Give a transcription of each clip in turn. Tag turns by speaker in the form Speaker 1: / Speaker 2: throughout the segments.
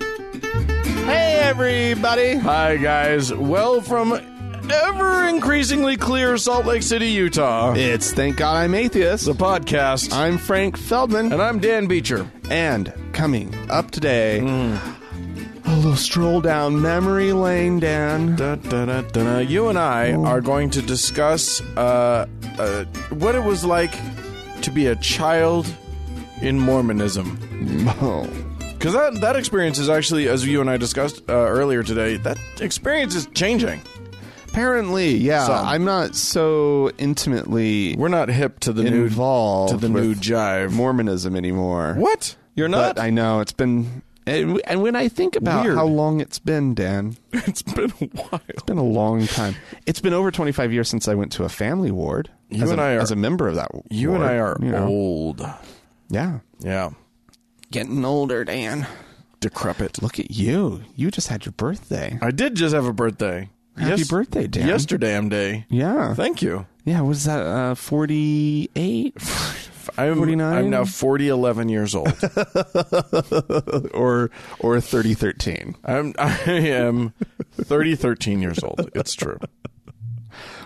Speaker 1: Hey, everybody. Hi, guys. Well, from ever increasingly clear Salt Lake City, Utah,
Speaker 2: It's Thank God I'm Atheist.
Speaker 1: the podcast.
Speaker 2: I'm Frank Feldman.
Speaker 1: and I'm Dan Beecher.
Speaker 2: And coming up today,
Speaker 1: Hmm.
Speaker 2: a little stroll down memory lane, Dan.
Speaker 1: Da, da, da, da, da. You and I are going to discuss uh, uh, what it was like to be a child in Mormonism.
Speaker 2: Oh,
Speaker 1: Because that, that experience is actually, as you and I discussed uh, earlier today, that experience is changing.
Speaker 2: apparently, yeah.
Speaker 1: So-
Speaker 2: I'm not so intimately
Speaker 1: We're not hip to the
Speaker 2: involved
Speaker 1: new to the new
Speaker 2: with
Speaker 1: jive.
Speaker 2: Mormonism anymore.
Speaker 1: what? You're not?
Speaker 2: But I know it's been. And and when I think about
Speaker 1: Weird.
Speaker 2: how long it's been, Dan, it's
Speaker 1: it's been a while.
Speaker 2: been a long time. It's been over 25 years since I went to a family ward.
Speaker 1: You
Speaker 2: as
Speaker 1: and
Speaker 2: a,
Speaker 1: I are-
Speaker 2: as a member of that.
Speaker 1: You and
Speaker 2: ward,
Speaker 1: I are
Speaker 2: you know.
Speaker 1: old.
Speaker 2: Yeah,
Speaker 1: Yeah.
Speaker 2: getting older, Dan.
Speaker 1: Decrepit.
Speaker 2: Look at you. You just had your birthday.
Speaker 1: I did just have a birthday.
Speaker 2: Happy birthday, Dan.
Speaker 1: Yesterday, day.
Speaker 2: Yeah.
Speaker 1: Thank you.
Speaker 2: Yeah, was that uh 48
Speaker 1: I'm,
Speaker 2: 49?
Speaker 1: I'm now 40, 11 years old.
Speaker 2: or or 30 13?
Speaker 1: I'm, I am 30, 13 years old. It's true.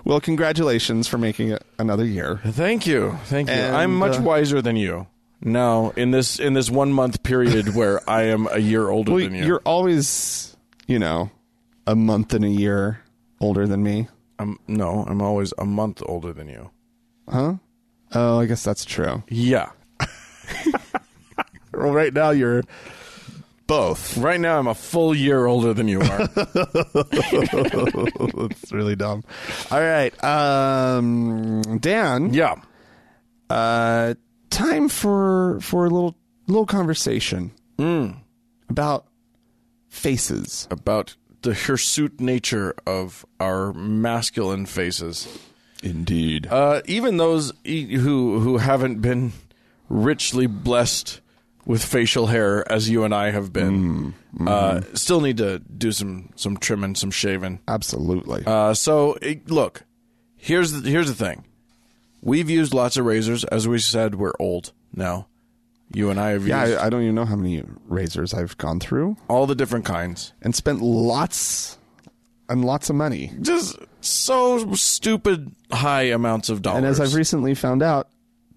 Speaker 2: Well, congratulations for making it another year.
Speaker 1: Thank you. Thank you.
Speaker 2: And,
Speaker 1: I'm much
Speaker 2: uh,
Speaker 1: wiser than you now in this in this one month period where I am a year older
Speaker 2: Well,
Speaker 1: than you.
Speaker 2: you're always, you know, a month and a year older than me.
Speaker 1: I'm, no, I'm always a month older than you.
Speaker 2: Oh, I guess that's true.
Speaker 1: Yeah.
Speaker 2: Well, right now you're both.
Speaker 1: Right now, I'm a full year older than you are.
Speaker 2: that's really dumb. All right. Um Dan,
Speaker 1: yeah.
Speaker 2: uh time for for a little little conversation
Speaker 1: Mm.
Speaker 2: about faces.
Speaker 1: About the hirsute nature of our masculine faces.
Speaker 2: Indeed.
Speaker 1: Uh, even those e- who who haven't been richly blessed with facial hair as you and I have been, uh, still need to do some some trimming, some shaving.
Speaker 2: Absolutely.
Speaker 1: Uh, so eh, look, here's the, here's the thing. We've used lots of razors, as we said. We're old now. You and I have
Speaker 2: yeah,
Speaker 1: used
Speaker 2: I, I don't even know how many razors I've gone through
Speaker 1: all the different kinds.
Speaker 2: and spent lots and lots of money.
Speaker 1: Just so stupid high amounts of dollars.
Speaker 2: And as I've recently found out,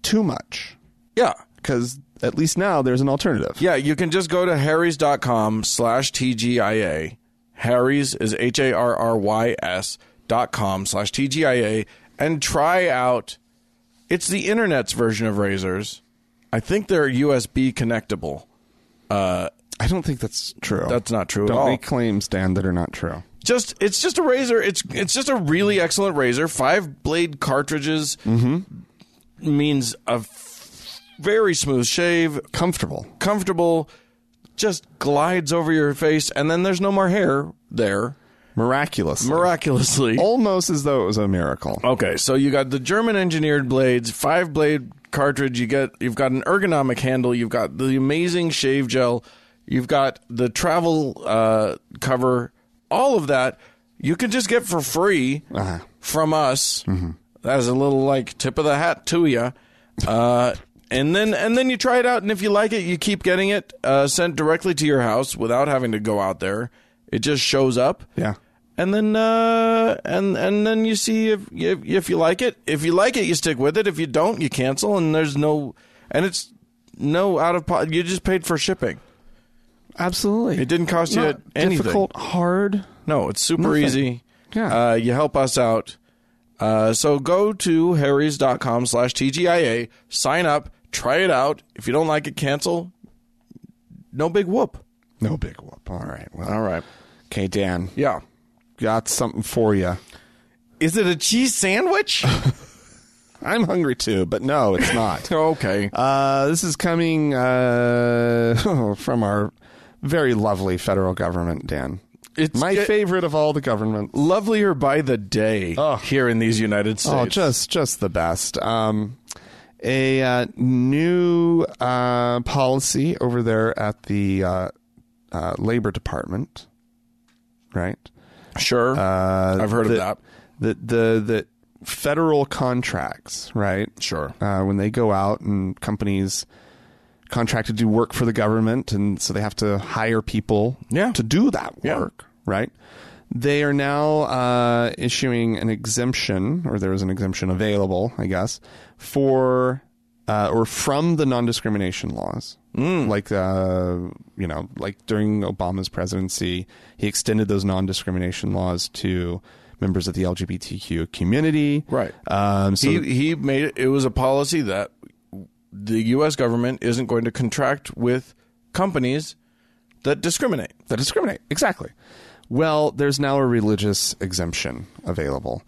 Speaker 2: too much.
Speaker 1: yeah,
Speaker 2: Because at least now there's an alternative.
Speaker 1: Yeah, you can just go to harrys.com slash TGIA. Harry's is H A R R Y S dot com slash TGIA and try out. It's the internet's version of razors. I think they're USB connectable.
Speaker 2: I don't think that's true.
Speaker 1: That's not true at
Speaker 2: Don't
Speaker 1: all.
Speaker 2: make claims, Dan, that are not true.
Speaker 1: just it's just a razor. It's it's just a really excellent razor. Five blade cartridges means a f- very smooth shave.
Speaker 2: Comfortable.
Speaker 1: comfortable, just glides over your face, and then there's no more hair there,
Speaker 2: Miraculous.
Speaker 1: miraculously.
Speaker 2: Almost as though it was a miracle.
Speaker 1: Okay, so you got the German engineered blades, five blade cartridge. You get you've got an ergonomic handle. You've got the amazing shave gel. You've got the travel uh, cover. All of that you can just get for free from us. That's a little like tip of the hat to you. Uh, and then and then you try it out, and if you like it, you keep getting it uh, sent directly to your house without having to go out there. It just shows up
Speaker 2: Yeah.
Speaker 1: and then uh, and and then you see if, if if you like it. If you like it, you stick with it. If you don't, you cancel. And there's no and it's no out of pocket. You just paid for shipping.
Speaker 2: Absolutely.
Speaker 1: It didn't cost you
Speaker 2: Not
Speaker 1: anything.
Speaker 2: Difficult, hard.
Speaker 1: No, it's super
Speaker 2: Nothing.
Speaker 1: easy.
Speaker 2: Yeah.
Speaker 1: Uh, you help us out. Uh, so go to harrys.com slash TGIA, sign up, try it out. If you don't like it, cancel. No big whoop.
Speaker 2: No big whoop. All right. Well,
Speaker 1: All right.
Speaker 2: Okay, Dan.
Speaker 1: Yeah.
Speaker 2: Got something for you.
Speaker 1: Is it a cheese sandwich?
Speaker 2: I'm hungry too, but no, it's not.
Speaker 1: okay.
Speaker 2: Uh, this is coming uh, from our very lovely federal government, Dan.
Speaker 1: It's
Speaker 2: my
Speaker 1: get-
Speaker 2: favorite of all the government.
Speaker 1: Lovelier by the day here in these United States.
Speaker 2: Oh, just just the best. Um, a uh, new uh, policy over there at the uh, uh, Labor Department, right?
Speaker 1: sure.
Speaker 2: Uh,
Speaker 1: I've heard of that.
Speaker 2: That the that federal contracts, right?
Speaker 1: Sure.
Speaker 2: Uh, when they go out and companies contract to do work for the government, and so they have to hire people
Speaker 1: Yeah.
Speaker 2: to do that
Speaker 1: Yeah.
Speaker 2: work, right? They are now uh, issuing an exemption, or there is an exemption available, I guess, for uh, or from the non-discrimination laws,
Speaker 1: Mm.
Speaker 2: like uh, you know, like during Obama's presidency, he extended those non-discrimination laws to members of the LGBTQ community,
Speaker 1: Right.
Speaker 2: Um, so
Speaker 1: he he made it, it was a policy that the U.S. government isn't going to contract with companies that discriminate.
Speaker 2: that discriminate. Exactly. Well, there's now a religious exemption available.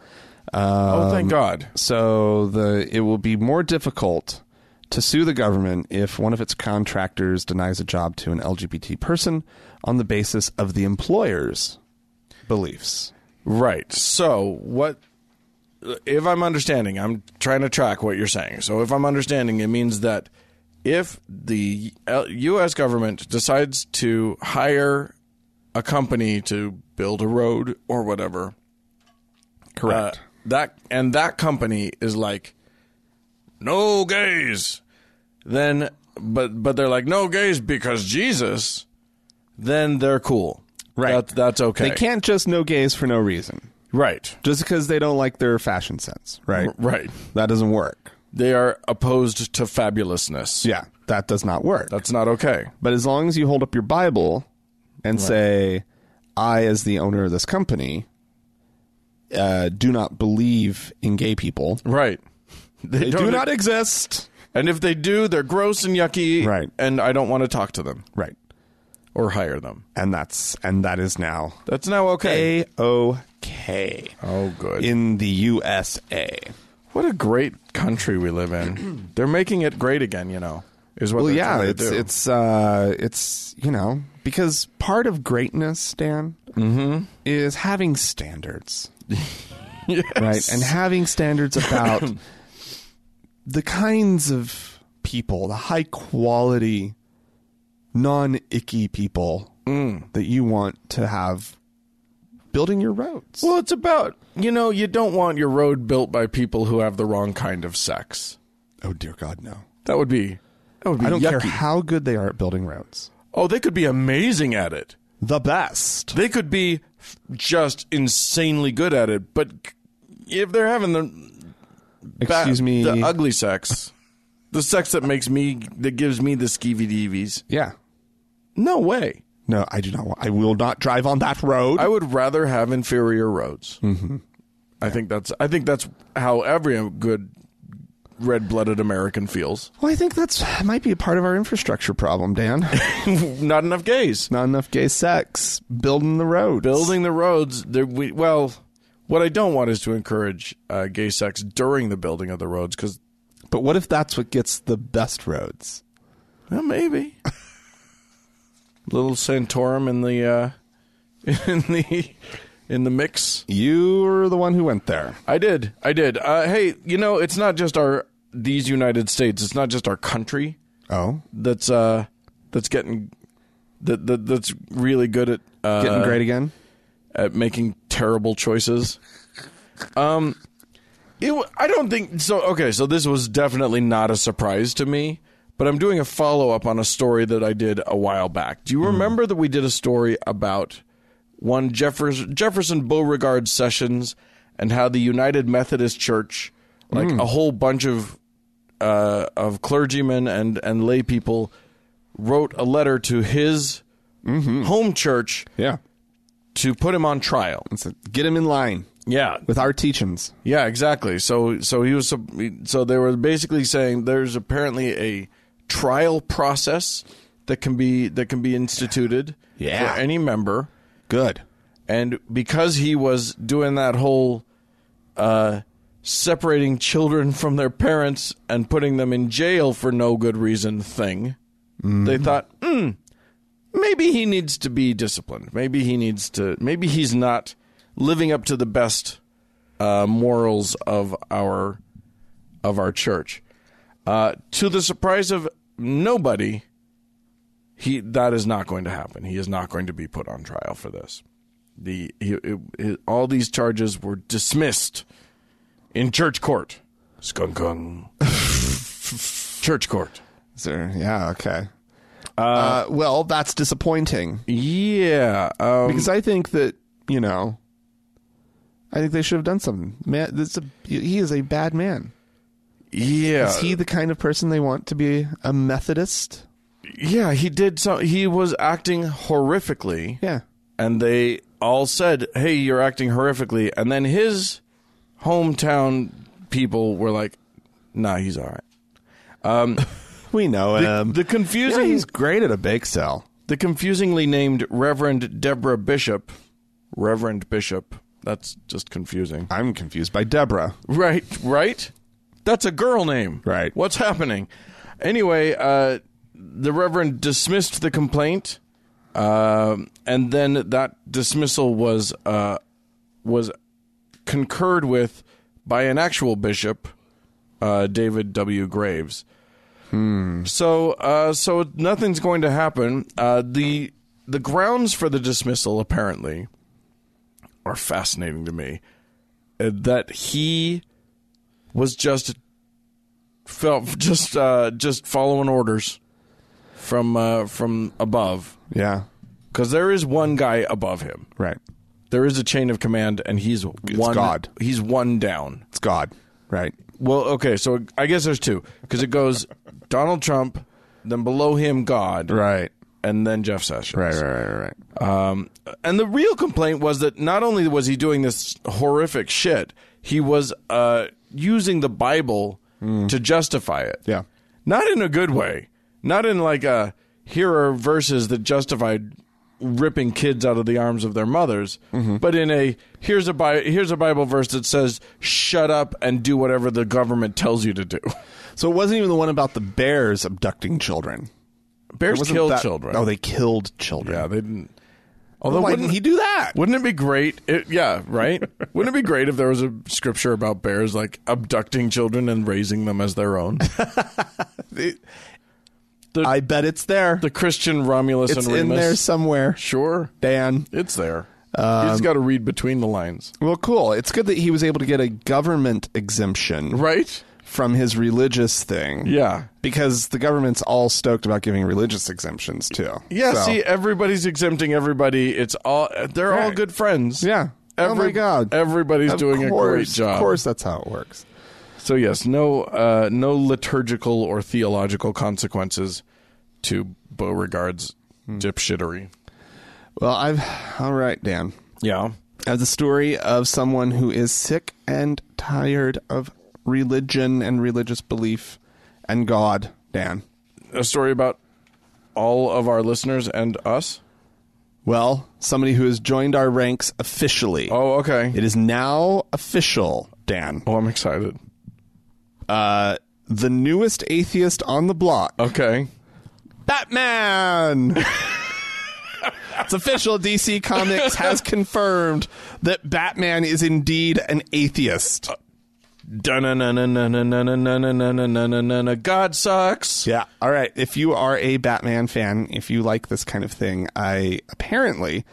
Speaker 1: Oh, thank God!
Speaker 2: So the it will be more difficult to sue the government if one of its contractors denies a job to an LGBT person on the basis of the employer's beliefs.
Speaker 1: Right. So what? If I'm understanding, I'm trying to track what you're saying. So if I'm understanding, it means that if the L- U.S. government decides to hire a company to build a road or whatever,
Speaker 2: Correct.
Speaker 1: Uh, that and that company is like, no gays. Then, but but they're like no gays because Jesus. Then they're cool.
Speaker 2: Right.
Speaker 1: That, that's okay.
Speaker 2: They can't just no gays for no reason.
Speaker 1: Right.
Speaker 2: Just because they don't like their fashion sense, right?
Speaker 1: Right.
Speaker 2: That doesn't work.
Speaker 1: They are opposed to fabulousness.
Speaker 2: Yeah, that does not work.
Speaker 1: That's not okay.
Speaker 2: But as long as you hold up your Bible and say, I, as the owner of this company, uh, do not believe in gay people,
Speaker 1: Right.
Speaker 2: they do not exist.
Speaker 1: e- And if they do, they're gross and yucky.
Speaker 2: Right.
Speaker 1: And I don't want to talk to them
Speaker 2: Right.
Speaker 1: or hire them.
Speaker 2: And that's and that is now
Speaker 1: That's now okay.
Speaker 2: A OK
Speaker 1: Oh, good.
Speaker 2: in the USA.
Speaker 1: What a great country we live in. They're making it great again, you know. Is what
Speaker 2: Well
Speaker 1: they're
Speaker 2: yeah,
Speaker 1: trying to
Speaker 2: it's
Speaker 1: do.
Speaker 2: it's uh it's you know, because part of greatness, Dan, Mm-hmm. is having standards. right? And having standards about the kinds of people, the high quality, non icky people that you want to have building your roads.
Speaker 1: well, it's about you know you don't want your road built by people who have the wrong kind of sex.
Speaker 2: oh dear God, no!
Speaker 1: That would be that would be
Speaker 2: I don't care
Speaker 1: yucky.
Speaker 2: how good they are at building roads.
Speaker 1: Oh, they could be amazing at it.
Speaker 2: The best.
Speaker 1: They could be f- just insanely good at it, but c- if they're having the ba-
Speaker 2: Excuse me.
Speaker 1: the ugly sex, the sex that makes me that gives me the skeevy deevies,
Speaker 2: yeah.
Speaker 1: no way.
Speaker 2: No, I do not. Want, I will not drive on that road.
Speaker 1: I would rather have inferior roads. Mm-hmm. I think that's I think that's how every good red-blooded American feels.
Speaker 2: well, I think that's might be a part of our infrastructure problem, Dan.
Speaker 1: Not enough gays.
Speaker 2: not enough gay sex building the roads.
Speaker 1: Building the roads. There we well, what I don't want is to encourage uh, gay sex during the building of the roads because
Speaker 2: But what if that's what gets the best roads?
Speaker 1: Well, maybe. Little Santorum in the uh, in the in the mix.
Speaker 2: You were the one who went there.
Speaker 1: I did. I did. Uh, hey, you know, it's not just our these United States. It's not just our country
Speaker 2: Oh,
Speaker 1: that's uh that's getting that, that that's really good at uh,
Speaker 2: getting great again.
Speaker 1: at making terrible choices. Um, it, w- I don't think so. Okay, so this was definitely not a surprise to me, but I'm doing a follow up on a story that I did a while back. Do you remember that we did a story about one Jefferson, Jefferson Beauregard Sessions and how the United Methodist Church, like a whole bunch of uh, of clergymen and and lay people, wrote a letter to his home church
Speaker 2: Yeah,
Speaker 1: to put him on trial.
Speaker 2: So get him in line
Speaker 1: Yeah,
Speaker 2: with our teachings.
Speaker 1: yeah, exactly. So, so he was so they were basically saying there's apparently a trial process that can be that can be instituted
Speaker 2: Yeah.
Speaker 1: for any member.
Speaker 2: Good.
Speaker 1: And because he was doing that whole uh, separating children from their parents and putting them in jail for no good reason thing, they thought, hmm, maybe he needs to be disciplined. Maybe he needs to, maybe he's not living up to the best uh, morals of our of our church. Uh, to the surprise of nobody, he that is not going to happen. He is not going to be put on trial for this. The he, it, it- all these charges were dismissed in church court. Skunk kung. church court.
Speaker 2: So, yeah, okay. Uh, um, well, that's disappointing
Speaker 1: Yeah, um,
Speaker 2: because I think that, you know, I think they should have done something. Man, this is a, he is a bad man.
Speaker 1: yeah.
Speaker 2: Is he the kind of person they want to be a Methodist?
Speaker 1: yeah, he did so. He was acting horrifically.
Speaker 2: Yeah.
Speaker 1: and they all said, "Hey, you're acting horrifically." And then his hometown people were like, "Nah, he's all right." Um,
Speaker 2: We know
Speaker 1: The,
Speaker 2: him.
Speaker 1: the
Speaker 2: Yeah,
Speaker 1: confusing,
Speaker 2: he's great at a bake sale.
Speaker 1: the confusingly named Reverend Deborah Bishop, Reverend Bishop. That's just confusing.
Speaker 2: I'm confused by Deborah.
Speaker 1: Right, right. That's a girl name.
Speaker 2: Right.
Speaker 1: What's happening? Anyway, uh, the Reverend dismissed the complaint, um, and then that dismissal was uh, was concurred with by an actual bishop, uh, David W. Graves. So, uh, so nothing's going to happen. Uh, the the grounds for the dismissal apparently are fascinating to me. Uh, that he was just felt just uh, just following orders from uh, from above
Speaker 2: Yeah.
Speaker 1: because there is one guy above him.
Speaker 2: Right.
Speaker 1: There is a chain of command, and he's one.
Speaker 2: God.
Speaker 1: He's one down.
Speaker 2: It's God. Right.
Speaker 1: Well, okay, so I guess there's two because it goes Donald Trump, then below him God,
Speaker 2: Right.
Speaker 1: and then Jeff Sessions.
Speaker 2: Right. Right. Right. Right.
Speaker 1: Um, and the real complaint was that not only was he doing this horrific shit, he was uh, using the Bible to justify it.
Speaker 2: Hmm. Yeah.
Speaker 1: Not in a good way. Not in like a here are verses that justified ripping kids out of the arms of their mothers,
Speaker 2: Mm-hmm.
Speaker 1: but in a here's a Bi- here's a Bible verse that says shut up and do whatever the government tells you to do.
Speaker 2: So it wasn't even the one about the bears abducting children. It
Speaker 1: Bears
Speaker 2: wasn't
Speaker 1: kill
Speaker 2: that-
Speaker 1: children.
Speaker 2: Oh, they killed children.
Speaker 1: yeah, they didn't. Although
Speaker 2: Why
Speaker 1: wouldn't
Speaker 2: didn't he do that?
Speaker 1: Wouldn't it be great? It, yeah, right. Wouldn't it be great if there was a scripture about bears like abducting children and raising them as their own?
Speaker 2: I bet it's there.
Speaker 1: The Christian Romulus
Speaker 2: it's
Speaker 1: and Remus.
Speaker 2: in there somewhere.
Speaker 1: Sure,
Speaker 2: Dan.
Speaker 1: it's there. you just got to read between the lines,
Speaker 2: Well, cool. It's good that he was able to get a government exemption
Speaker 1: right?
Speaker 2: from his religious thing.
Speaker 1: Yeah,
Speaker 2: Because the government's all stoked about giving religious exemptions too.
Speaker 1: yeah.
Speaker 2: So-
Speaker 1: See, everybody's exempting everybody. It's all they're all
Speaker 2: Right.
Speaker 1: good friends.
Speaker 2: Yeah. oh
Speaker 1: Every-
Speaker 2: my God.
Speaker 1: everybody's
Speaker 2: Of
Speaker 1: doing a great
Speaker 2: course,
Speaker 1: job.
Speaker 2: Of course, that's how it works.
Speaker 1: So yes, no, uh, no liturgical or theological consequences to Beauregard's dipshittery.
Speaker 2: Well, I've. All right, Dan.
Speaker 1: Yeah.
Speaker 2: as the story of someone who is sick and tired of religion and religious belief and God, Dan.
Speaker 1: a story about all of our listeners and us?
Speaker 2: Well, somebody who has joined our ranks officially.
Speaker 1: Oh, okay.
Speaker 2: It is now official, Dan.
Speaker 1: oh, I'm excited.
Speaker 2: Uh, the newest atheist on the block,
Speaker 1: Okay.
Speaker 2: Batman. it's official. DC Comics has confirmed that Batman is indeed an atheist.
Speaker 1: God sucks.
Speaker 2: Yeah. All right. If you are a Batman fan, if you like this kind of thing, I apparently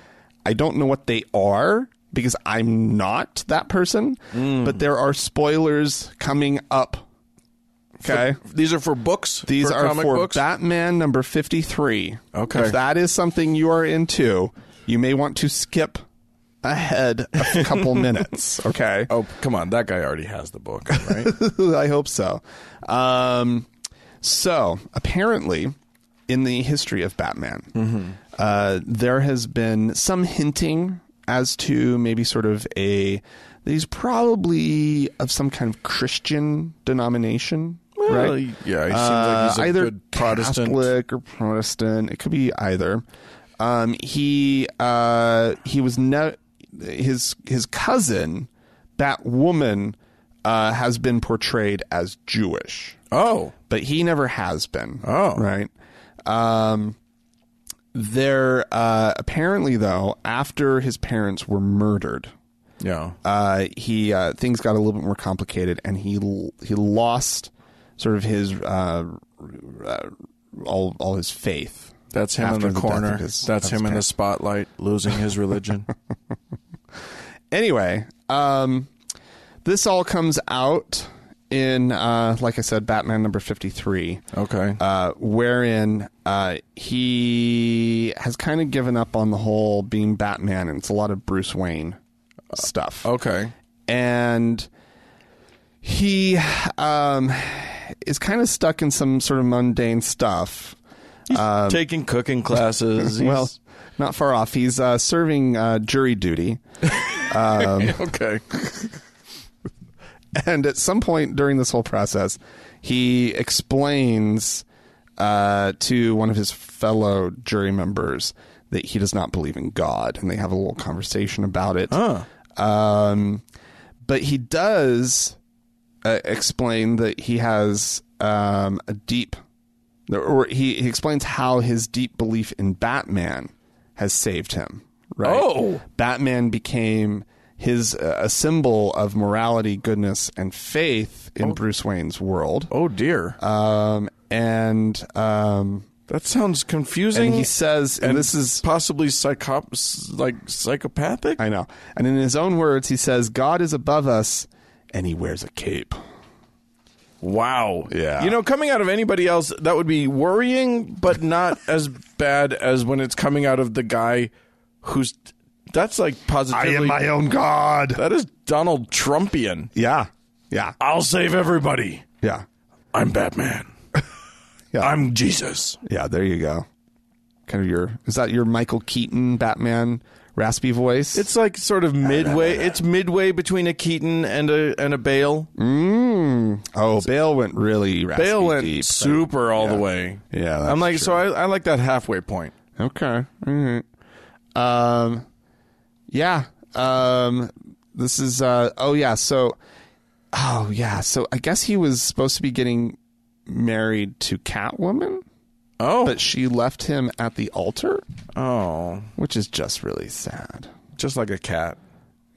Speaker 2: I don't know what they are because I'm not that person, but there are spoilers coming up. Okay.
Speaker 1: These are for books.
Speaker 2: These
Speaker 1: for
Speaker 2: are
Speaker 1: comic
Speaker 2: for
Speaker 1: books.
Speaker 2: Batman number 53.
Speaker 1: Okay.
Speaker 2: If that is something you are into, you may want to skip ahead a couple minutes, okay?
Speaker 1: Oh, come on. That guy already has the book, right?
Speaker 2: I hope so. Um, so apparently, in the history of Batman,
Speaker 1: Mm-hmm.
Speaker 2: uh, there has been some hinting as to maybe sort of a that he's probably of some kind of Christian denomination. right?
Speaker 1: yeah, he seems
Speaker 2: Uh,
Speaker 1: like he's a
Speaker 2: either
Speaker 1: good Protestant.
Speaker 2: Catholic or Protestant. It could be either. Um, he uh, he was ne- his his cousin, Batwoman, uh, has been portrayed as Jewish
Speaker 1: Oh,
Speaker 2: but he never has been.
Speaker 1: Oh.
Speaker 2: right. Um, there uh, apparently though, after his parents were murdered,
Speaker 1: yeah.
Speaker 2: uh, he uh, things got a little bit more complicated, and he l- he lost sort of his uh, uh, all all his faith.
Speaker 1: That's him in
Speaker 2: after
Speaker 1: the,
Speaker 2: death
Speaker 1: corner.
Speaker 2: of his-
Speaker 1: That's
Speaker 2: of his
Speaker 1: him in the
Speaker 2: parents.
Speaker 1: spotlight, losing his religion.
Speaker 2: anyway, um, this all comes out in uh, like I said, Batman number fifty three.
Speaker 1: Okay.
Speaker 2: uh, wherein uh, he has kind of given up on the whole being Batman, and it's a lot of Bruce Wayne stuff.
Speaker 1: okay.
Speaker 2: And he um, is kind of stuck in some sort of mundane stuff.
Speaker 1: Taking cooking classes. He's-
Speaker 2: Well, not far off. He's uh, serving uh, jury duty.
Speaker 1: okay.
Speaker 2: and at some point during this whole process, he explains uh, to one of his fellow jury members that he does not believe in God, and they have a little conversation about it. Um, but he does uh, explain that he has um, a deep, or he, he explains how his deep belief in Batman has saved him. Right?
Speaker 1: Oh.
Speaker 2: Batman became his uh, a symbol of morality, goodness, and faith in Bruce Wayne's world.
Speaker 1: Oh dear.
Speaker 2: Um, and um,
Speaker 1: that sounds confusing.
Speaker 2: and he says, and,
Speaker 1: and
Speaker 2: this is
Speaker 1: possibly psychop like psychopathic.
Speaker 2: I know, and in his own words, he says, "God is above us, and he wears a cape."
Speaker 1: Wow.
Speaker 2: Yeah.
Speaker 1: You know, coming out of anybody else, that would be worrying, but not as bad as when it's coming out of the guy who's. That's like positively.
Speaker 2: own God.
Speaker 1: that is Donald Trumpian.
Speaker 2: Yeah, yeah,
Speaker 1: I'll save everybody.
Speaker 2: yeah,
Speaker 1: I'm Batman.
Speaker 2: Yeah.
Speaker 1: I'm Jesus.
Speaker 2: yeah. There you go. Kind of your is that your Michael Keaton Batman raspy voice?
Speaker 1: It's like sort of midway. It's midway between a Keaton and a and a Bale.
Speaker 2: oh, Bale went really raspy
Speaker 1: Bale went
Speaker 2: deep.
Speaker 1: super all the way.
Speaker 2: Yeah, that's
Speaker 1: I'm like, so I, I like that halfway point.
Speaker 2: Okay. All right. Um, yeah. Um, this is. Uh, oh yeah. So. Oh yeah. So I guess he was supposed to be getting married to Catwoman,
Speaker 1: Oh,
Speaker 2: but she left him at the altar,
Speaker 1: oh,
Speaker 2: which is just really sad.
Speaker 1: just like a cat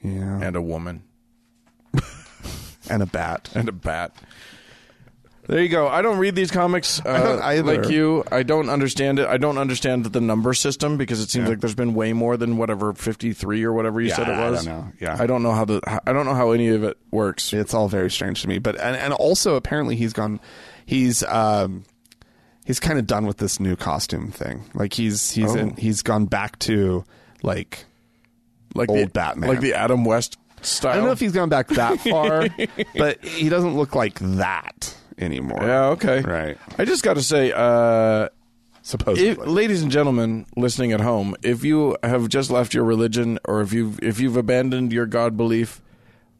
Speaker 2: Yeah.
Speaker 1: and a woman.
Speaker 2: And a bat.
Speaker 1: and a bat. There you go. I don't read these comics uh,
Speaker 2: don't either.
Speaker 1: like you. I don't understand it. I don't understand the number system because it seems like there's been way more than whatever 53 or whatever you
Speaker 2: Yeah,
Speaker 1: said it
Speaker 2: I
Speaker 1: was.
Speaker 2: don't know. Yeah.
Speaker 1: I don't know how the I don't know how any of it works.
Speaker 2: It's all very strange to me. But and, and also apparently he's gone. He's um, he's kind of done with this new costume thing. Like he's
Speaker 1: Oh.
Speaker 2: he's in, he's gone back to like
Speaker 1: like
Speaker 2: old
Speaker 1: the,
Speaker 2: Batman.
Speaker 1: like the Adam West style.
Speaker 2: I don't know if he's gone back that far, but he doesn't look like that anymore.
Speaker 1: yeah, okay.
Speaker 2: Right.
Speaker 1: I just got to say uh
Speaker 2: Supposedly.
Speaker 1: if, ladies and gentlemen listening at home, if you have just left your religion or if you've if you've abandoned your god belief,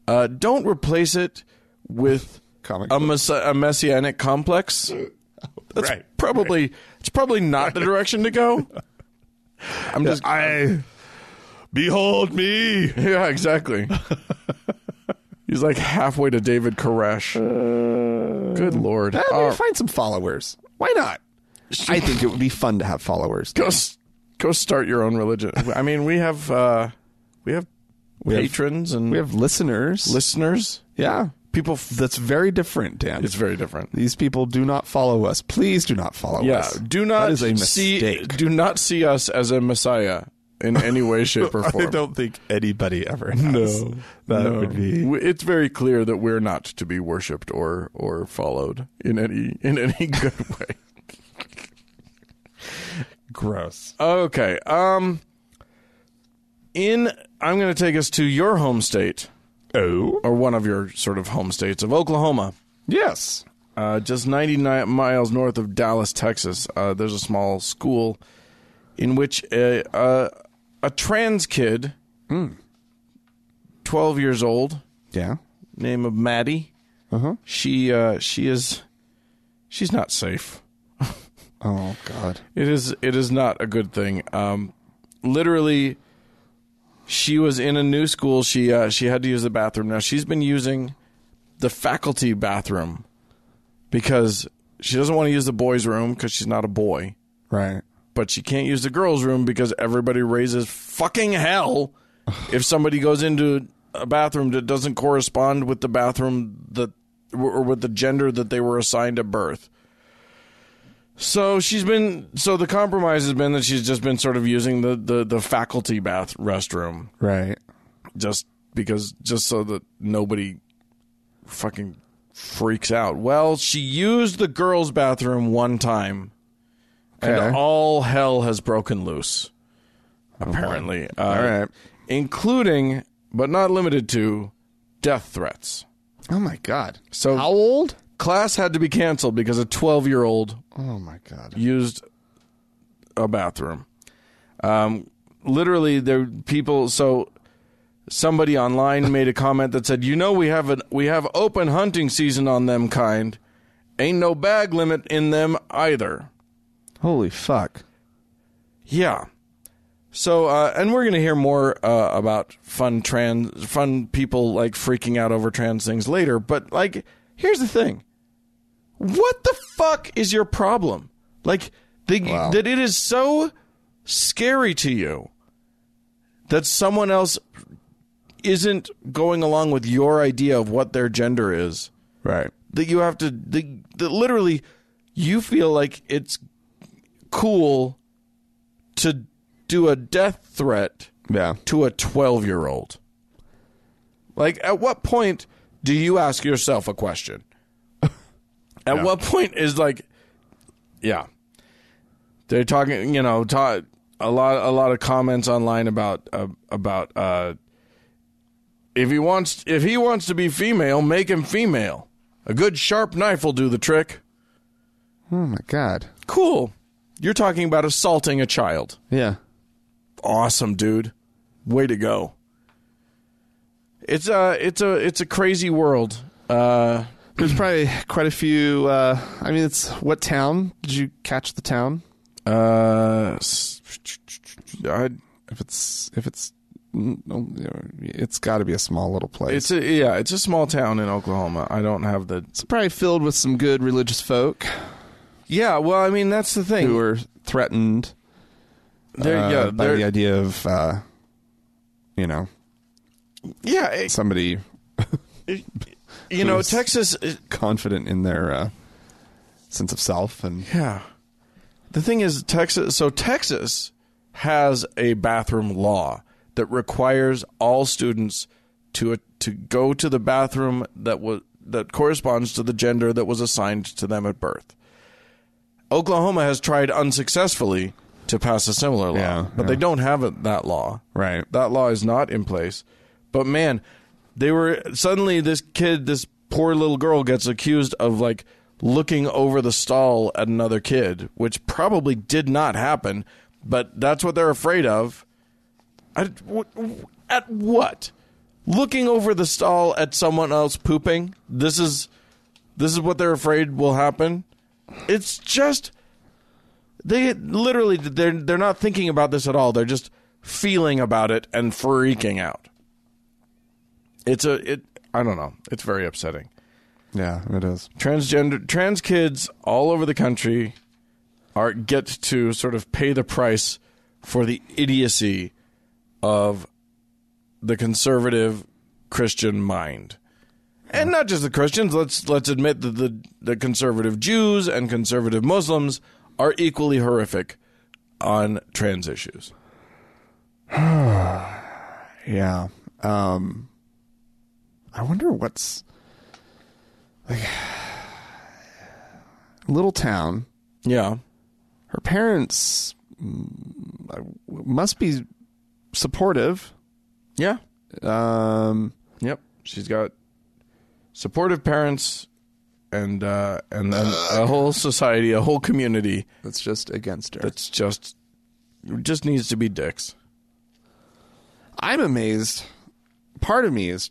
Speaker 1: uh, don't replace it with
Speaker 2: Comic
Speaker 1: a,
Speaker 2: book.
Speaker 1: messi- a messianic complex. That's
Speaker 2: Right,
Speaker 1: probably it's probably not the direction to go. I'm just
Speaker 2: I behold me.
Speaker 1: yeah, exactly. He's like halfway to David Koresh.
Speaker 2: Uh,
Speaker 1: Good lord.
Speaker 2: Let
Speaker 1: All
Speaker 2: me find some followers. Why not? I think it would be fun to have followers.
Speaker 1: go s- go start your own religion. I mean, we have uh, we have
Speaker 2: have-
Speaker 1: patrons and
Speaker 2: We have listeners.
Speaker 1: listeners.
Speaker 2: yeah.
Speaker 1: People, f-
Speaker 2: That's very different, Dan.
Speaker 1: it's very different.
Speaker 2: These people do not follow us. Please do not follow
Speaker 1: Yeah,
Speaker 2: us.
Speaker 1: do not
Speaker 2: That is a
Speaker 1: see
Speaker 2: mistake.
Speaker 1: do not see us as a messiah in any way, shape, or form.
Speaker 2: I don't think anybody ever has.
Speaker 1: No.
Speaker 2: That
Speaker 1: No.
Speaker 2: would be
Speaker 1: W- It's very clear that we're not to be worshipped or or followed in any in any good way.
Speaker 2: gross.
Speaker 1: Okay. Um. In I'm going to take us to your home state
Speaker 2: Oh.
Speaker 1: or one of your sort of home states of Oklahoma.
Speaker 2: Yes.
Speaker 1: Uh, just 99 miles north of Dallas, Texas, uh, there's a small school in which a, a, a trans kid, 12 years old,
Speaker 2: Yeah.
Speaker 1: name of Maddie, she uh, she is she's not safe.
Speaker 2: Oh God.
Speaker 1: It is it is not a good thing. Um, literally, she was in a new school. She uh, she had to use the bathroom. Now she's been using the faculty bathroom because she doesn't want to use the boys' room because she's not a boy.
Speaker 2: Right.
Speaker 1: But she can't use the girls' room because everybody raises fucking hell if somebody goes into a bathroom that doesn't correspond with the bathroom that or with the gender that they were assigned at birth. So she's been so the compromise has been that she's just been sort of using the the, the faculty bath restroom
Speaker 2: Right.
Speaker 1: just because just so that nobody fucking freaks out. Well, she used the girls' bathroom one time, and
Speaker 2: Okay.
Speaker 1: all hell has broken loose. Apparently, Uh,
Speaker 2: All right.
Speaker 1: including but not limited to death threats.
Speaker 2: Oh my God.
Speaker 1: So
Speaker 2: How old?
Speaker 1: class had to be canceled because a twelve-year-old
Speaker 2: Oh my God.
Speaker 1: used a bathroom. Um, literally, there people. So somebody online made a comment that said, "You know, we have an we have open hunting season on them kind. Ain't no bag limit in them either."
Speaker 2: Holy fuck.
Speaker 1: Yeah. So, uh, and we're going to hear more uh, about fun trans, fun people like freaking out over trans things later. But like, here's the thing: what the fuck is your problem? Like, the, that it is so scary to you that someone else isn't going along with your idea of what their gender is
Speaker 2: Right.
Speaker 1: that you have to that, that literally you feel like it's cool to do a death threat
Speaker 2: Yeah.
Speaker 1: to a 12 year old like at what point do you ask yourself a question at what point is like yeah they're talking you know ta- a lot a lot of comments online about uh, about uh if he wants if he wants to be female make him female a good sharp knife will do the trick
Speaker 2: Oh my God.
Speaker 1: cool you're talking about assaulting a child
Speaker 2: Yeah.
Speaker 1: awesome, dude. Way to go. It's a it's a it's a crazy world. Uh,
Speaker 2: There's probably quite a few. Uh, I mean, it's what town did you catch the town?
Speaker 1: uh, s- I,
Speaker 2: If it's if it's no, it's got to be a small little place.
Speaker 1: it's a yeah, it's a small town in Oklahoma. I don't have the
Speaker 2: it's probably filled with some good religious folk
Speaker 1: yeah. Well, I mean that's the thing.
Speaker 2: who are threatened
Speaker 1: They're-
Speaker 2: uh,
Speaker 1: yeah,
Speaker 2: by
Speaker 1: they're-
Speaker 2: the idea of uh, you know
Speaker 1: yeah, it-
Speaker 2: somebody
Speaker 1: you know
Speaker 2: who's-
Speaker 1: Texas. is-
Speaker 2: confident in their uh, sense of self and
Speaker 1: Yeah, the thing is Texas. So Texas has a bathroom law that requires all students to uh, to go to the bathroom that was that corresponds to the gender that was assigned to them at birth. Oklahoma has tried unsuccessfully to pass a similar law,
Speaker 2: Yeah,
Speaker 1: but they don't have it, that law.
Speaker 2: Right.
Speaker 1: That law is not in place. But man, they were suddenly this kid, this poor little girl gets accused of like looking over the stall at another kid, which probably did not happen, but that's what they're afraid of. I, w- w- at what? Looking over the stall at someone else pooping. This is this is what they're afraid will happen. It's just they literally they're they're not thinking about this at all. They're just feeling about it and freaking out. It's a it I don't know. It's very upsetting.
Speaker 2: yeah, it is.
Speaker 1: Transgender trans kids all over the country are get to sort of pay the price for the idiocy of the conservative Christian mind. And not just the Christians, let's let's admit that the, the conservative Jews and conservative Muslims are equally horrific on trans issues.
Speaker 2: Yeah. Um I wonder what's like little town.
Speaker 1: Yeah.
Speaker 2: Her parents mm, must be supportive.
Speaker 1: Yeah.
Speaker 2: Um
Speaker 1: Yep. She's got supportive parents and uh and then a whole society, a whole community
Speaker 2: that's just against her.
Speaker 1: that's just just needs to be dicks.
Speaker 2: I'm amazed. Part of me is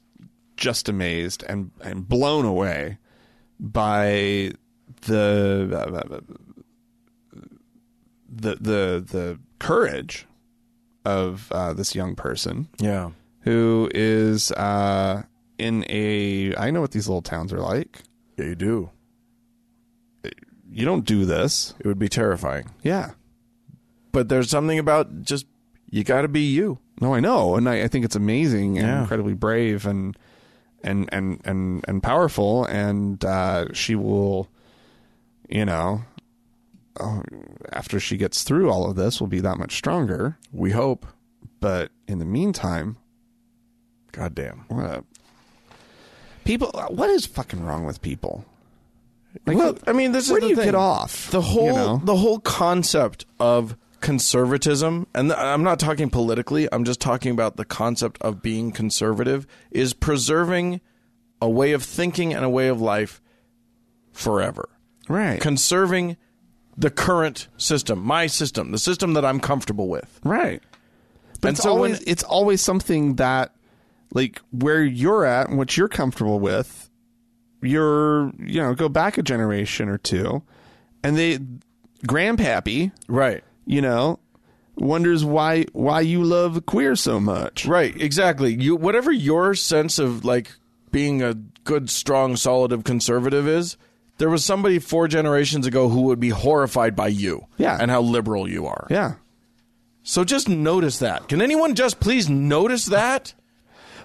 Speaker 2: just amazed and and blown away by the the the the courage of uh, this young person
Speaker 1: Yeah.
Speaker 2: who is uh, in a. I know what these little towns are like.
Speaker 1: Yeah, you do.
Speaker 2: You don't do this.
Speaker 1: It would be terrifying.
Speaker 2: Yeah.
Speaker 1: But there's something about just you got to be you.
Speaker 2: No, I know, and I, I think it's amazing and
Speaker 1: Yeah.
Speaker 2: incredibly brave and and and and and powerful. And uh, she will, you know, uh, after she gets through all of this, will be that much stronger.
Speaker 1: We hope.
Speaker 2: But in the meantime,
Speaker 1: Goddamn.
Speaker 2: what a, people, what is fucking wrong with people? Like,
Speaker 1: well, I mean, this is
Speaker 2: where
Speaker 1: the
Speaker 2: do you
Speaker 1: thing.
Speaker 2: get off?
Speaker 1: The whole
Speaker 2: you know?
Speaker 1: the whole concept of conservatism, and th- I'm not talking politically. I'm just talking about the concept of being conservative is preserving a way of thinking and a way of life forever.
Speaker 2: right,
Speaker 1: Conserving the current system, my system, the system that I'm comfortable with.
Speaker 2: right. But
Speaker 1: And
Speaker 2: it's
Speaker 1: so when-
Speaker 2: always it's always something that like where you're at and what you're comfortable with, you're you know, go back a generation or two and they grandpappy,
Speaker 1: Right.
Speaker 2: you know, wonders why why you love queer so much.
Speaker 1: Right, exactly. You whatever your sense of like being a good, strong, solid conservative is, there was somebody four generations ago who would be horrified by you.
Speaker 2: Yeah.
Speaker 1: And how liberal you are.
Speaker 2: Yeah.
Speaker 1: So just notice that. Can anyone just please notice that?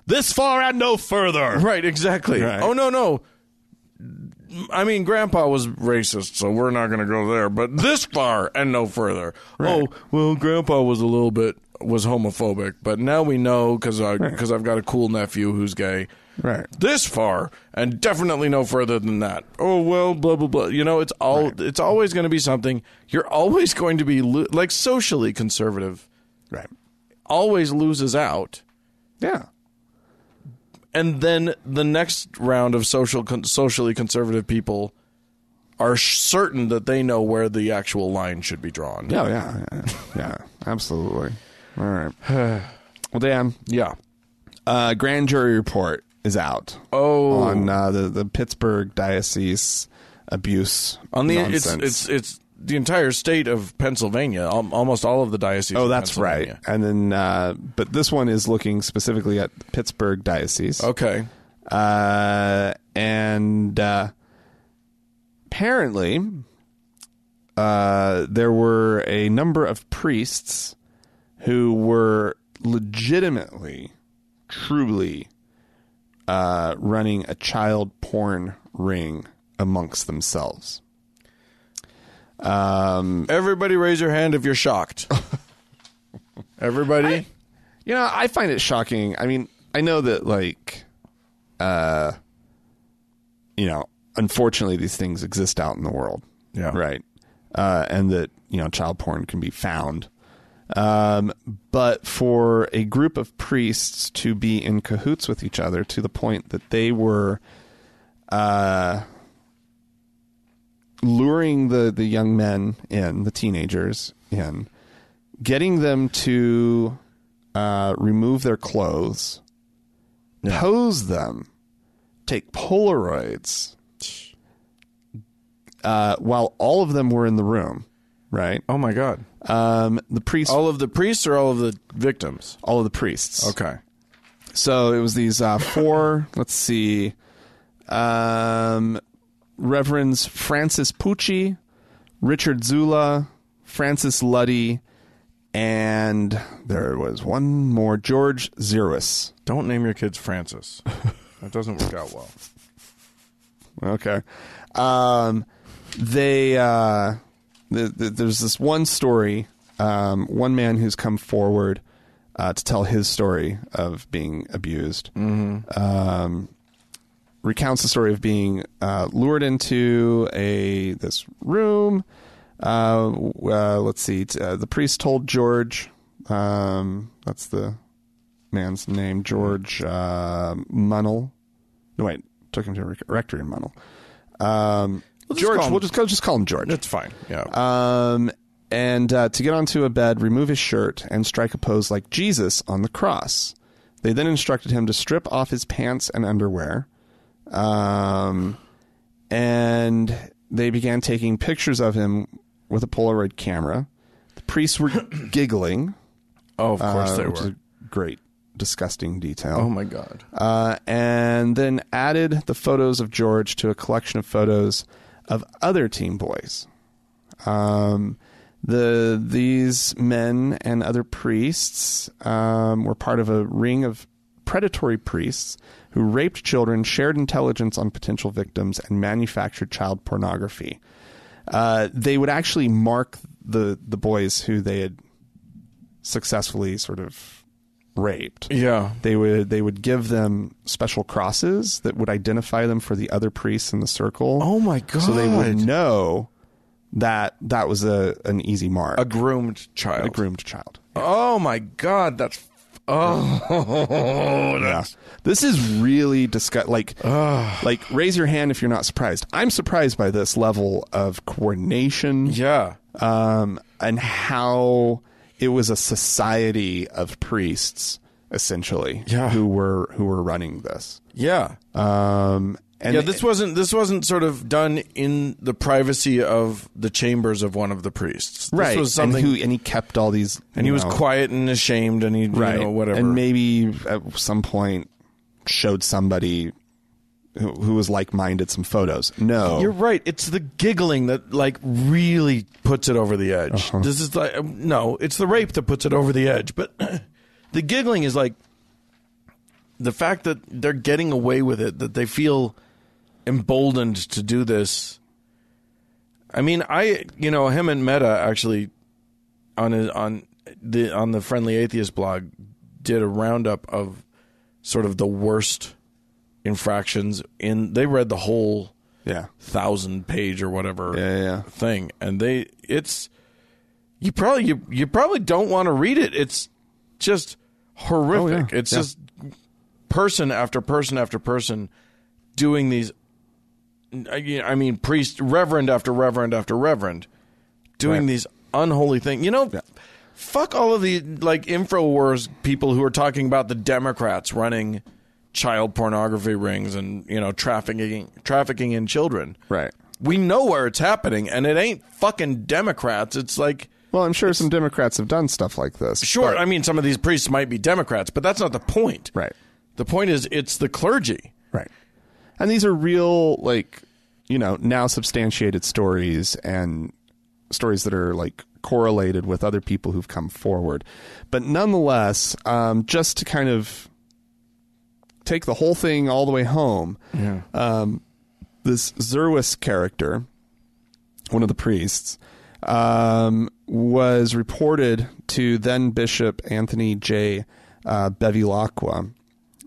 Speaker 2: This far and no further.
Speaker 1: right, exactly.
Speaker 2: Right.
Speaker 1: Oh no, no. I mean, Grandpa was racist, so we're not going to go there. But this far and no further. Oh well, Grandpa was a little bit was homophobic, but now we know because because I've got a cool nephew who's gay.
Speaker 2: Right.
Speaker 1: This far and definitely no further than that. Oh well, blah blah blah. You know, it's all it's always going to be something. You're always going to be lo- like socially conservative.
Speaker 2: Right.
Speaker 1: Always loses out
Speaker 2: Yeah.
Speaker 1: and then the next round of social con- socially conservative people are sh- certain that they know where the actual line should be drawn.
Speaker 2: Yeah, yeah, yeah, yeah, absolutely. All right. Well, Dan,
Speaker 1: Yeah.
Speaker 2: uh, grand jury report is out.
Speaker 1: Oh.
Speaker 2: on uh, the the Pittsburgh diocese abuse
Speaker 1: On the it's,
Speaker 2: nonsense.
Speaker 1: it's it's the entire state of Pennsylvania, al- almost all of the dioceses.
Speaker 2: oh,
Speaker 1: of
Speaker 2: that's right.
Speaker 1: Pennsylvania.
Speaker 2: And then, uh, but this one is looking specifically at Pittsburgh diocese.
Speaker 1: Okay.
Speaker 2: Uh, and uh, apparently, uh, there were a number of priests who were legitimately, truly uh, running a child porn ring amongst themselves.
Speaker 1: Everybody raise your hand if you're shocked. Everybody?
Speaker 2: You know, I find it shocking. I mean, I know that like uh you know, unfortunately these things exist out in the world.
Speaker 1: Yeah.
Speaker 2: Right. Uh and that, you know, child porn can be found. Um but for a group of priests to be in cahoots with each other to the point that they were uh luring the the young men in, the teenagers in, getting them to uh, remove their clothes, pose them, take Polaroids, uh, while all of them were in the room. Right.
Speaker 1: oh my god.
Speaker 2: Um, the priests, all,
Speaker 1: All of the priests or all of the victims?
Speaker 2: of the priests.
Speaker 1: Oh. Okay.
Speaker 2: So it was these uh, four. let's see, um, Reverends Francis Pucci, Richard Zula, Francis Luddy, and there was one more, George Zerus.
Speaker 1: Don't name your kids Francis. That doesn't work out well.
Speaker 2: Okay. Um, they uh, th- th- there's this one story, um, one man who's come forward uh, to tell his story of being abused. Um, recounts the story of being uh, lured into a this room. Uh, w- uh, let's see. T- uh, the priest told George, um, that's the man's name, George uh, Munnell. No, wait, took him to a rec- rectory in Munnell. Um,
Speaker 1: just
Speaker 2: George,
Speaker 1: call him-
Speaker 2: we'll just go. Just call him George.
Speaker 1: It's fine. Yeah.
Speaker 2: Um, and uh, to get onto a bed, remove his shirt, and strike a pose like Jesus on the cross. They then instructed him to strip off his pants and underwear. Um, and they began taking pictures of him with a Polaroid camera. The priests were giggling.
Speaker 1: Oh, of course
Speaker 2: uh,
Speaker 1: they
Speaker 2: which is
Speaker 1: were.
Speaker 2: a great, disgusting detail.
Speaker 1: oh my god.
Speaker 2: Uh, and then added the photos of George to a collection of photos of other team boys. Um, the these men and other priests um, were part of a ring of predatory priests who raped children, shared intelligence on potential victims, and manufactured child pornography. Uh, they would actually mark the the boys who they had successfully sort of raped
Speaker 1: Yeah.
Speaker 2: they would they would give them special crosses that would identify them for the other priests in the circle.
Speaker 1: Oh my
Speaker 2: So they would
Speaker 1: God.
Speaker 2: know that that was a an easy mark,
Speaker 1: A groomed child.
Speaker 2: a groomed child.
Speaker 1: Oh my god, that's f- oh
Speaker 2: Yeah. This is really disgust. Like, like raise your hand if you're not surprised. I'm surprised by this level of coordination.
Speaker 1: yeah.
Speaker 2: um, and how it was a society of priests essentially
Speaker 1: Yeah.
Speaker 2: who were who were running this.
Speaker 1: Yeah.
Speaker 2: Um, and
Speaker 1: yeah, this wasn't this wasn't sort of done in the privacy of the chambers of one of the priests.
Speaker 2: right
Speaker 1: This was something
Speaker 2: and, who, and he kept all these
Speaker 1: and he
Speaker 2: you
Speaker 1: was
Speaker 2: know,
Speaker 1: quiet and ashamed and he
Speaker 2: right
Speaker 1: you know, whatever.
Speaker 2: and maybe at some point showed somebody who, who was like-minded some photos no
Speaker 1: You're right. It's the giggling that like really puts it over the edge. This is like um, no, it's the rape that puts it over the edge. But the giggling is like the fact that they're getting away with it, that they feel emboldened to do this. I mean, I you know him and Meta actually on his, on the on the Friendly Atheist blog did a roundup of sort of the worst infractions in they read the whole
Speaker 2: yeah
Speaker 1: thousand page or whatever
Speaker 2: Yeah, yeah, yeah.
Speaker 1: thing, and they it's you probably you, you probably don't want to read it. It's just horrific.
Speaker 2: Oh, yeah.
Speaker 1: It's
Speaker 2: Yeah.
Speaker 1: just person after person after person doing these. I I mean, priest, reverend after reverend after reverend, doing
Speaker 2: Right.
Speaker 1: these unholy things. You know. Fuck all of the like Infowars people who are talking about the Democrats running child pornography rings and you know trafficking trafficking in children
Speaker 2: right
Speaker 1: we know where it's happening, and it ain't fucking Democrats. It's like,
Speaker 2: well i'm sure some democrats have done stuff like this
Speaker 1: sure,
Speaker 2: but-
Speaker 1: I mean, some of these priests might be Democrats, but that's not the point.
Speaker 2: right
Speaker 1: The point is, it's the clergy.
Speaker 2: right and these are real like you know now substantiated stories and stories that are like correlated with other people who've come forward but nonetheless um, just to kind of take the whole thing all the way home um,
Speaker 1: Yeah.
Speaker 2: this Zerwis character, one of the priests, um, was reported to then Bishop Anthony J. Uh, Bevilacqua,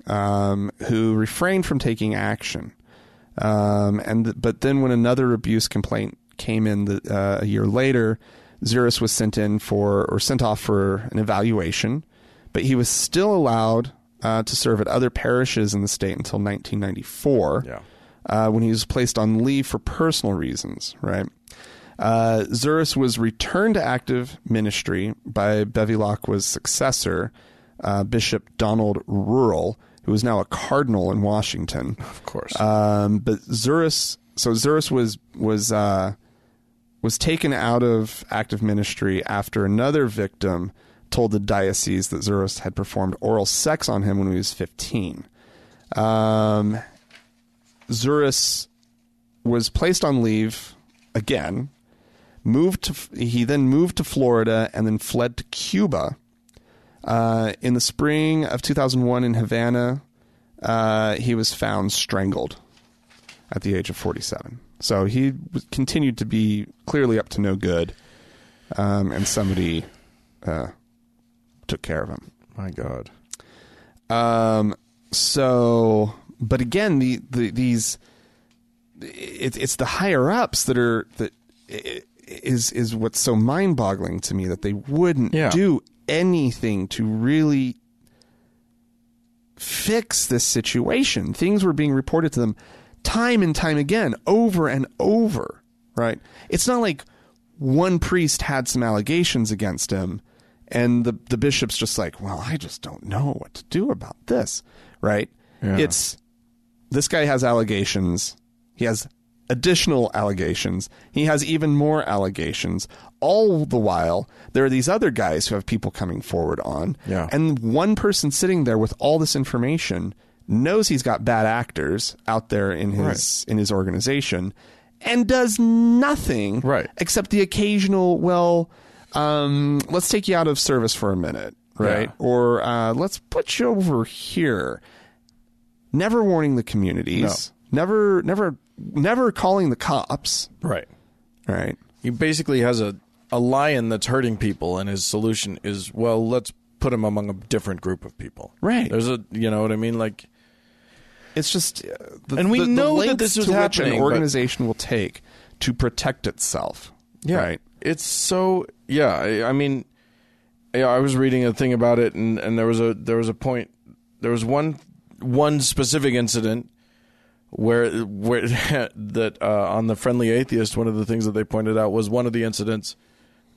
Speaker 2: um, who refrained from taking action. Um, and th- but then when another abuse complaint came in the, uh, a year later, Zerus was sent in for or sent off for an evaluation, but he was still allowed uh, to serve at other parishes in the state until 1994
Speaker 1: Yeah.
Speaker 2: uh, when he was placed on leave for personal reasons, right? Uh, Zurus was returned to active ministry by Bevilacqua's successor, uh, Bishop Donald Rural, who is now a cardinal in Washington.
Speaker 1: of course.
Speaker 2: Um, but Zurus, so Zurus was was uh, was taken out of active ministry after another victim told the diocese that Zurus had performed oral sex on him when he was 15. Um, Zurus was placed on leave again. Moved to, he then moved to Florida and then fled to Cuba. Uh, in the spring of 2001 in Havana, uh, he was found strangled at the age of 47. So he was, continued to be clearly up to no good, um, and somebody uh, took care of him.
Speaker 1: My God.
Speaker 2: Um, so, but again, the, the these it, it's the higher ups that are that i- is is what's so mind boggling to me that they wouldn't
Speaker 1: Yeah.
Speaker 2: do anything to really fix this situation. Things were being reported to them time and time again, over and over. Right? It's not like one priest had some allegations against him, and the the bishop's just like, well, I just don't know what to do about this. Right?
Speaker 1: Yeah.
Speaker 2: It's this guy has allegations. He has additional allegations. He has even more allegations. All the while, there are these other guys who have people coming forward on.
Speaker 1: Yeah.
Speaker 2: And one person sitting there with all this information knows he's got bad actors out there in his in his organization and does nothing
Speaker 1: Right.
Speaker 2: except the occasional well um, let's take you out of service for a minute right
Speaker 1: Yeah.
Speaker 2: or uh, let's put you over here never warning the communities never never never calling the cops
Speaker 1: Right.
Speaker 2: right
Speaker 1: He basically has a, a lion that's hurting people, and his solution is, well, let's put him among a different group of people.
Speaker 2: Right.
Speaker 1: There's a, you know what I mean? Like,
Speaker 2: it's just uh, the,
Speaker 1: And we
Speaker 2: the- the
Speaker 1: know that
Speaker 2: lengths
Speaker 1: this was
Speaker 2: to which
Speaker 1: happening,
Speaker 2: an
Speaker 1: but-
Speaker 2: organization will take to protect itself right
Speaker 1: It's so yeah. I, I mean, yeah, I was reading a thing about it, and, and there was a there was a point there was one one specific incident where where that uh, on the friendly atheist one of the things that they pointed out was one of the incidents.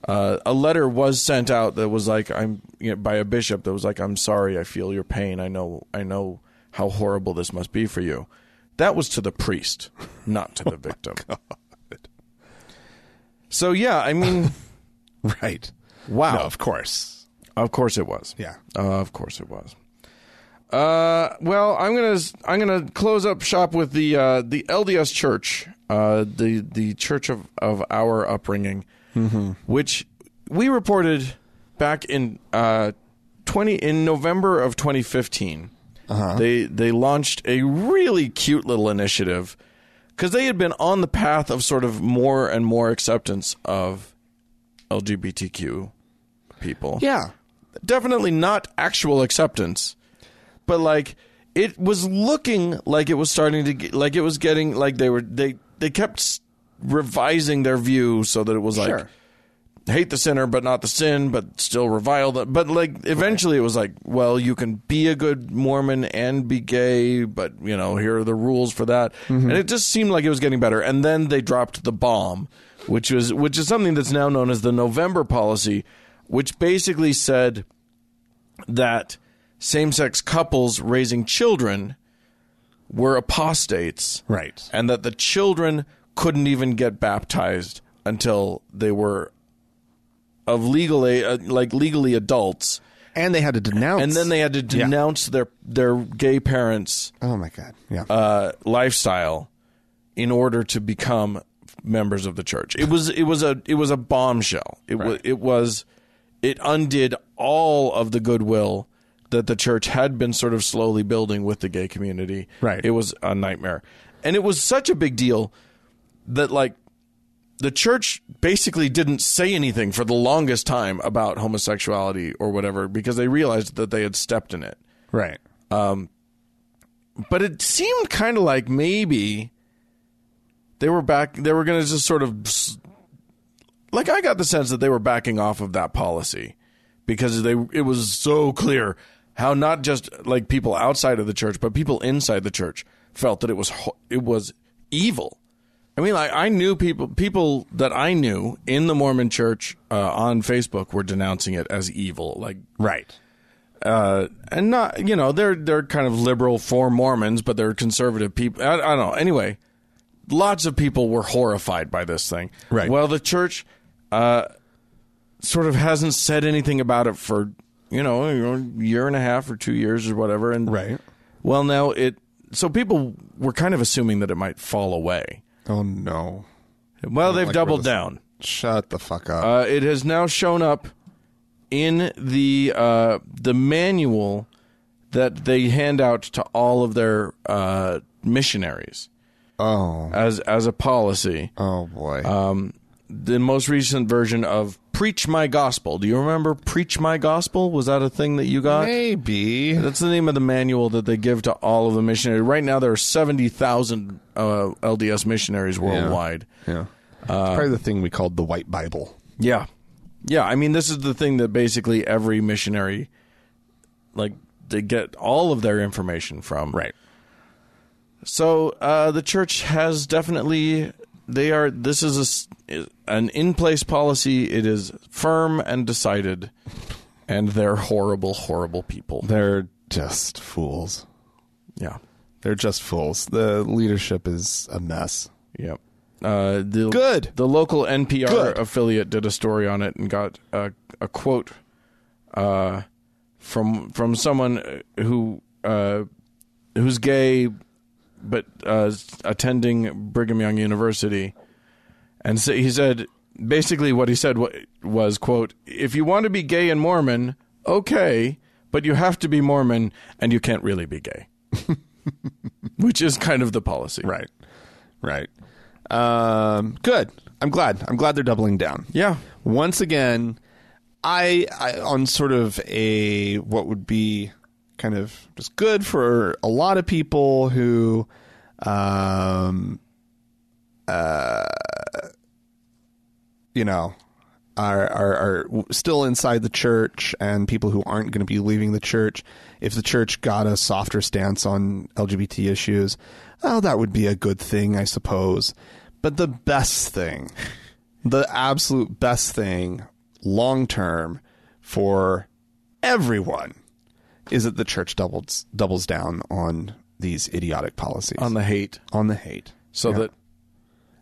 Speaker 1: Uh, a letter was sent out that was like I'm you know, by a bishop that was like I'm sorry I feel your pain I know I know how horrible this must be for you. That was to the priest, not to the victim. So yeah, I mean,
Speaker 2: right
Speaker 1: Wow.
Speaker 2: no, of course
Speaker 1: of course it was.
Speaker 2: yeah
Speaker 1: Uh, of course it was. Uh, well, I'm gonna I'm gonna close up shop with the uh, the LDS Church, uh, the the Church of of our upbringing,
Speaker 2: Mm-hmm.
Speaker 1: which we reported back in uh, twenty in November of 2015.
Speaker 2: Uh-huh.
Speaker 1: They they launched a really cute little initiative because they had been on the path of sort of more and more acceptance of LGBTQ people
Speaker 2: yeah
Speaker 1: definitely not actual acceptance, but like it was looking like it was starting to get, like it was getting like they were they they kept s- revising their view so that it was like
Speaker 2: Sure.
Speaker 1: hate the sinner but not the sin but still revile the but like eventually it was like well you can be a good mormon and be gay but you know here are the rules for that and it just seemed like it was getting better and then they dropped the bomb which was which is something that's now known as the november policy which basically said that same-sex couples raising children were apostates
Speaker 2: right
Speaker 1: and that the children couldn't even get baptized until they were of legal age, uh, like legally adults
Speaker 2: and they had to denounce
Speaker 1: and then they had to
Speaker 2: Yeah.
Speaker 1: denounce their their gay parents
Speaker 2: oh my god yeah
Speaker 1: uh, lifestyle in order to become members of the church it was it was a it was a bombshell it was it was it undid all of the goodwill that the church had been sort of slowly building with the gay community
Speaker 2: Right.
Speaker 1: it was a nightmare and it was such a big deal that like the church basically didn't say anything for the longest time about homosexuality or whatever because they realized that they had stepped in it.
Speaker 2: right
Speaker 1: But it seemed kind of like maybe they were back they were going to just sort of s- like I got the sense that they were backing off of that policy because they it was so clear how not just like people outside of the church but people inside the church felt that it was ho- it was evil. I mean, like I knew people people that I knew in the Mormon Church uh, on Facebook were denouncing it as evil, like
Speaker 2: right
Speaker 1: uh, and not you know they're they're kind of liberal for Mormons, but they're conservative people. I, I don't know. Anyway, lots of people were horrified by this thing.
Speaker 2: Right.
Speaker 1: Well, the church uh, sort of hasn't said anything about it for you know a year and a half or two years or whatever. And
Speaker 2: Right.
Speaker 1: Well, now it so people were kind of assuming that it might fall away.
Speaker 2: oh no
Speaker 1: Well,
Speaker 2: like
Speaker 1: they've
Speaker 2: where
Speaker 1: doubled
Speaker 2: this-
Speaker 1: down.
Speaker 2: shut the fuck up
Speaker 1: Uh, it has now shown up in the uh, the manual that they hand out to all of their uh, missionaries
Speaker 2: oh
Speaker 1: as as a policy. Um,
Speaker 2: oh boy
Speaker 1: The most recent version of "Preach My Gospel." Do you remember "Preach My Gospel"? Was that a thing that you got?
Speaker 2: maybe
Speaker 1: That's the name of the manual that they give to all of the missionaries. Right now, there are seventy thousand uh, LDS missionaries worldwide.
Speaker 2: Yeah. it's probably the thing we called the White Bible.
Speaker 1: Yeah. Yeah, I mean this is the thing that basically every missionary like they get all of their information from. So, uh the church has definitely they are this is a s- an in-place policy. It is firm and decided and they're horrible horrible people.
Speaker 2: They're just fools.
Speaker 1: Yeah.
Speaker 2: They're just fools. The leadership is a mess.
Speaker 1: Yep. Uh, the,
Speaker 2: Good.
Speaker 1: The local NPR
Speaker 2: Good.
Speaker 1: affiliate did a story on it and got a, a quote uh, from from someone who uh, who's gay but uh, attending Brigham Young University, and so he said basically what he said wa- was quote If you want to be gay and Mormon, okay, but you have to be Mormon and you can't really be gay, which is kind of the policy,
Speaker 2: Right. Right. Um, good. I'm glad. I'm glad they're doubling down.
Speaker 1: Yeah.
Speaker 2: Once again, I, I on sort of a what would be kind of just good for a lot of people who um you know are are, are w- still inside the church and people who aren't going to be leaving the church if the church got a softer stance on lgbt issues oh that would be a good thing i suppose but the best thing the absolute best thing long term for everyone is that the church doubles doubles down on these idiotic policies
Speaker 1: On the hate.
Speaker 2: on the hate
Speaker 1: so that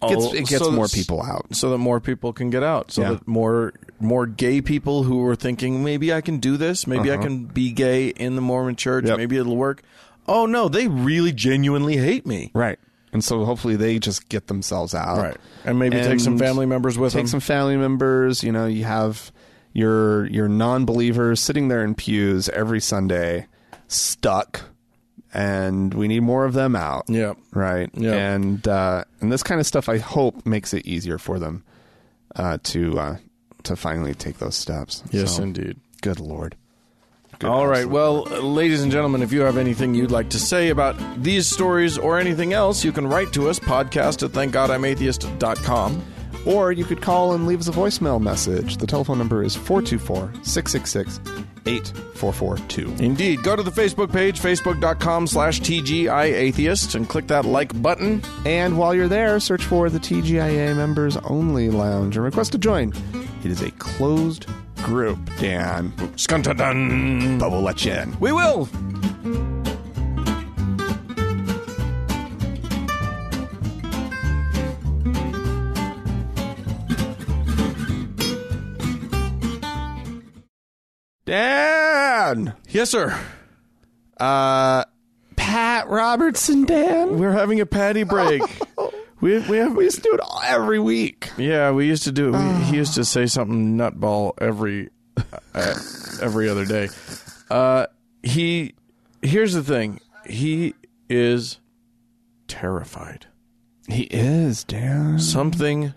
Speaker 2: Gets-
Speaker 1: all-
Speaker 2: it gets
Speaker 1: so
Speaker 2: more
Speaker 1: that's-
Speaker 2: people out
Speaker 1: so that more people can get out so
Speaker 2: Yeah.
Speaker 1: that more more gay people who are thinking maybe I can do this maybe I can be gay in the Mormon church
Speaker 2: Uh-huh. Yep.
Speaker 1: maybe it'll work oh no they really genuinely hate me
Speaker 2: Right. And so hopefully they just get themselves out.
Speaker 1: Right. And maybe take some family members with
Speaker 2: take
Speaker 1: them.
Speaker 2: some family members, you know, you have your your non-believers sitting there in pews every Sunday stuck and we need more of them out.
Speaker 1: Yeah.
Speaker 2: Right.
Speaker 1: Yeah.
Speaker 2: And uh and this kind of stuff I hope makes it easier for them uh to uh to finally take those steps.
Speaker 1: yes
Speaker 2: So,
Speaker 1: indeed
Speaker 2: Good lord. Good
Speaker 1: All right.
Speaker 2: absolute-
Speaker 1: Well, uh, ladies and gentlemen, if you have anything you'd like to say about these stories or anything else, you can write to us podcast at thankgodimatheist.com.
Speaker 2: Or you could call and leave us a voicemail message. The telephone number is 424 666 8442.
Speaker 1: Indeed. Go to the Facebook page, facebook.com slash TGI Atheist, and click that like button.
Speaker 2: And while you're there, search for the TGIA Members Only Lounge and request to join. It is a closed group, Dan.
Speaker 1: Skuntadun.
Speaker 2: But we'll let you in.
Speaker 1: We will.
Speaker 2: Dan!
Speaker 1: Yes, sir.
Speaker 2: Uh, Pat Robertson, Dan?
Speaker 1: We're having a patty break. we we have
Speaker 2: We just do it all- every week.
Speaker 1: yeah. We used to do. it. We, he used to say something nutball every uh, every other day. Uh, he here's the thing. He is terrified.
Speaker 2: He is, Dan.
Speaker 1: Something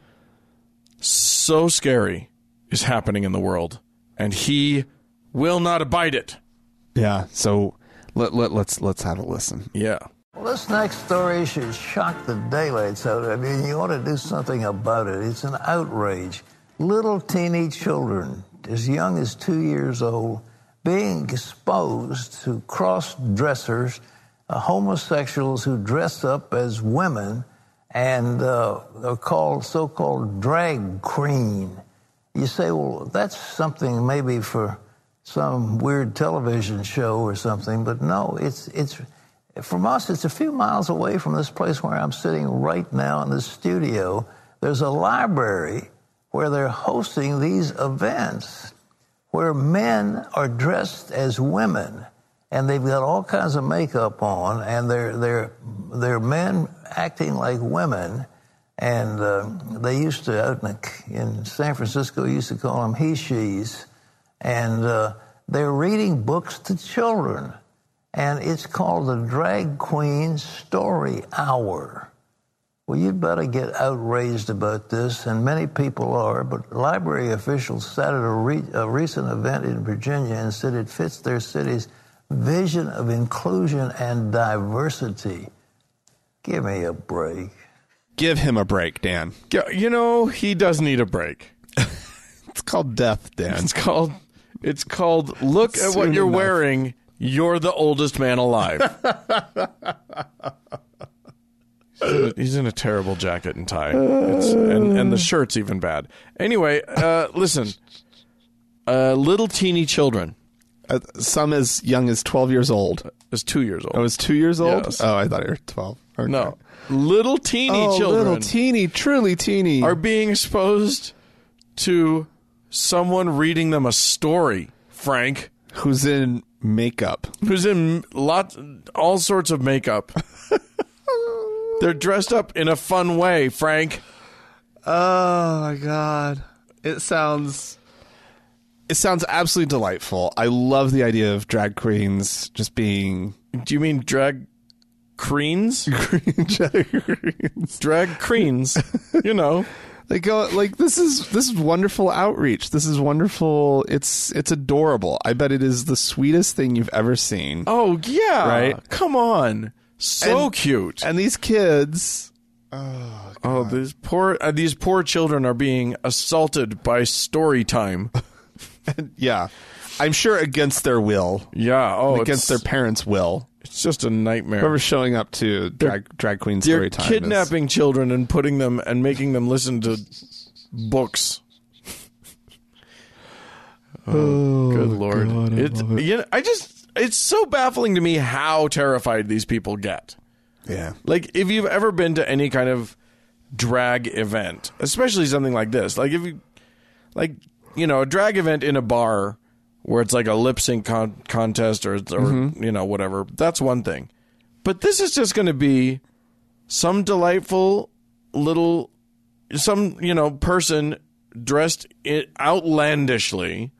Speaker 1: so scary is happening in the world, and he will not abide it.
Speaker 2: Yeah, so let, let, let's, let's have a listen.
Speaker 1: Yeah.
Speaker 3: Well, this next story should shock the daylights out of you. and You ought to do something about it. It's an outrage. Little teeny children, as young as two years old, being exposed to cross dressers, uh, homosexuals who dress up as women and uh, are called so called drag queen. You say, well, that's something maybe for some weird television show or something, but no, it's it's from us. It's a few miles away from this place where I'm sitting right now in the studio. There's a library where they're hosting these events where men are dressed as women and they've got all kinds of makeup on and they're they're they're men acting like women and uh, they used to out in, the, in San Francisco used to call them he she's and uh, they're reading books to children and it's called the drag queen story hour well, you'd better get outraged about this, and many people are, but library officials sat at a, re- a recent event in Virginia and said it fits their city's vision of inclusion and diversity. Give me a break.
Speaker 2: Give him a break, Dan.
Speaker 1: Yeah, you know, he does need a break.
Speaker 2: It's called death, Dan.
Speaker 1: It's called it's called look at what
Speaker 2: Soon
Speaker 1: you're
Speaker 2: enough.
Speaker 1: wearing. You're the oldest man alive. He's in a terrible jacket and tie. It's, and, and the shirt's even bad. Anyway, uh, listen. Uh, little teeny children
Speaker 2: Uh, some as young as 12 years old.
Speaker 1: was two years old.
Speaker 2: I was two years old?
Speaker 1: Yes.
Speaker 2: Oh, I thought you were 12. Okay.
Speaker 1: no, little teeny
Speaker 2: Oh,
Speaker 1: children
Speaker 2: little teeny, truly teeny.
Speaker 1: are being exposed to someone reading them a story. Frank,
Speaker 2: who's in makeup.
Speaker 1: who's in lot all sorts of makeup. They're dressed up in a fun way, Frank.
Speaker 2: Oh my god. It sounds it sounds absolutely delightful. I love the idea of drag queens just being
Speaker 1: Do you mean drag creens?
Speaker 2: green drag queens.
Speaker 1: drag creens. you know,
Speaker 2: They go like this is this is wonderful outreach. This is wonderful. It's it's adorable. I bet it is the sweetest thing you've ever seen.
Speaker 1: Oh yeah.
Speaker 2: Right?
Speaker 1: Come on. So
Speaker 2: And-
Speaker 1: cute.
Speaker 2: And these kids
Speaker 1: oh, these poor uh, these poor children are being assaulted by story time.
Speaker 2: yeah. I'm sure against their will.
Speaker 1: Yeah. Oh,
Speaker 2: against their
Speaker 1: it's,
Speaker 2: parents' will.
Speaker 1: it's just a nightmare.
Speaker 2: Whoever's showing up to drag drag queen
Speaker 1: They're
Speaker 2: story time. is-
Speaker 1: kidnapping children and putting them and making them listen to books. Oh, good lord! it's you know, I just it's so baffling to me how terrified these people get.
Speaker 2: Yeah.
Speaker 1: Like if you've ever been to any kind of drag event, especially something like this, like if you like you know a drag event in a bar where it's like a lip sync con- contest or or you know whatever, that's one thing. But this is just going to be some delightful little some you know person dressed i outlandishly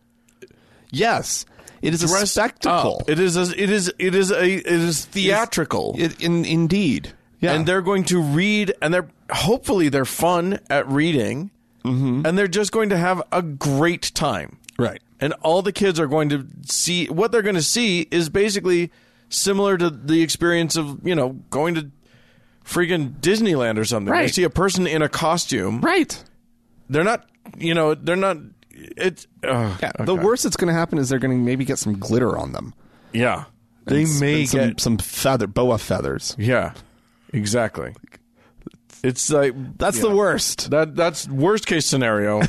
Speaker 2: Yes, it is a
Speaker 1: dressed
Speaker 2: spectacle.
Speaker 1: up. It is a, it is it is a it is theatrical.
Speaker 2: It- in, indeed. Yeah.
Speaker 1: and they're going to read and they're hopefully they're fun at reading
Speaker 2: Mm-hmm.
Speaker 1: and they're just going to have a great time
Speaker 2: right.
Speaker 1: and all the kids are going to see what they're going to see is basically similar to the experience of you know going to freaking disneyland or something they
Speaker 2: Right.
Speaker 1: see a person in a costume
Speaker 2: Right.
Speaker 1: they're not you know they're not it's uh,
Speaker 2: Yeah. The worst that's going to happen is they're going to maybe get some glitter on them.
Speaker 1: yeah they
Speaker 2: And s-
Speaker 1: may
Speaker 2: and some,
Speaker 1: get
Speaker 2: some feather boa feathers.
Speaker 1: yeah exactly it's like
Speaker 2: That's the worst.
Speaker 1: That that's worst case scenario.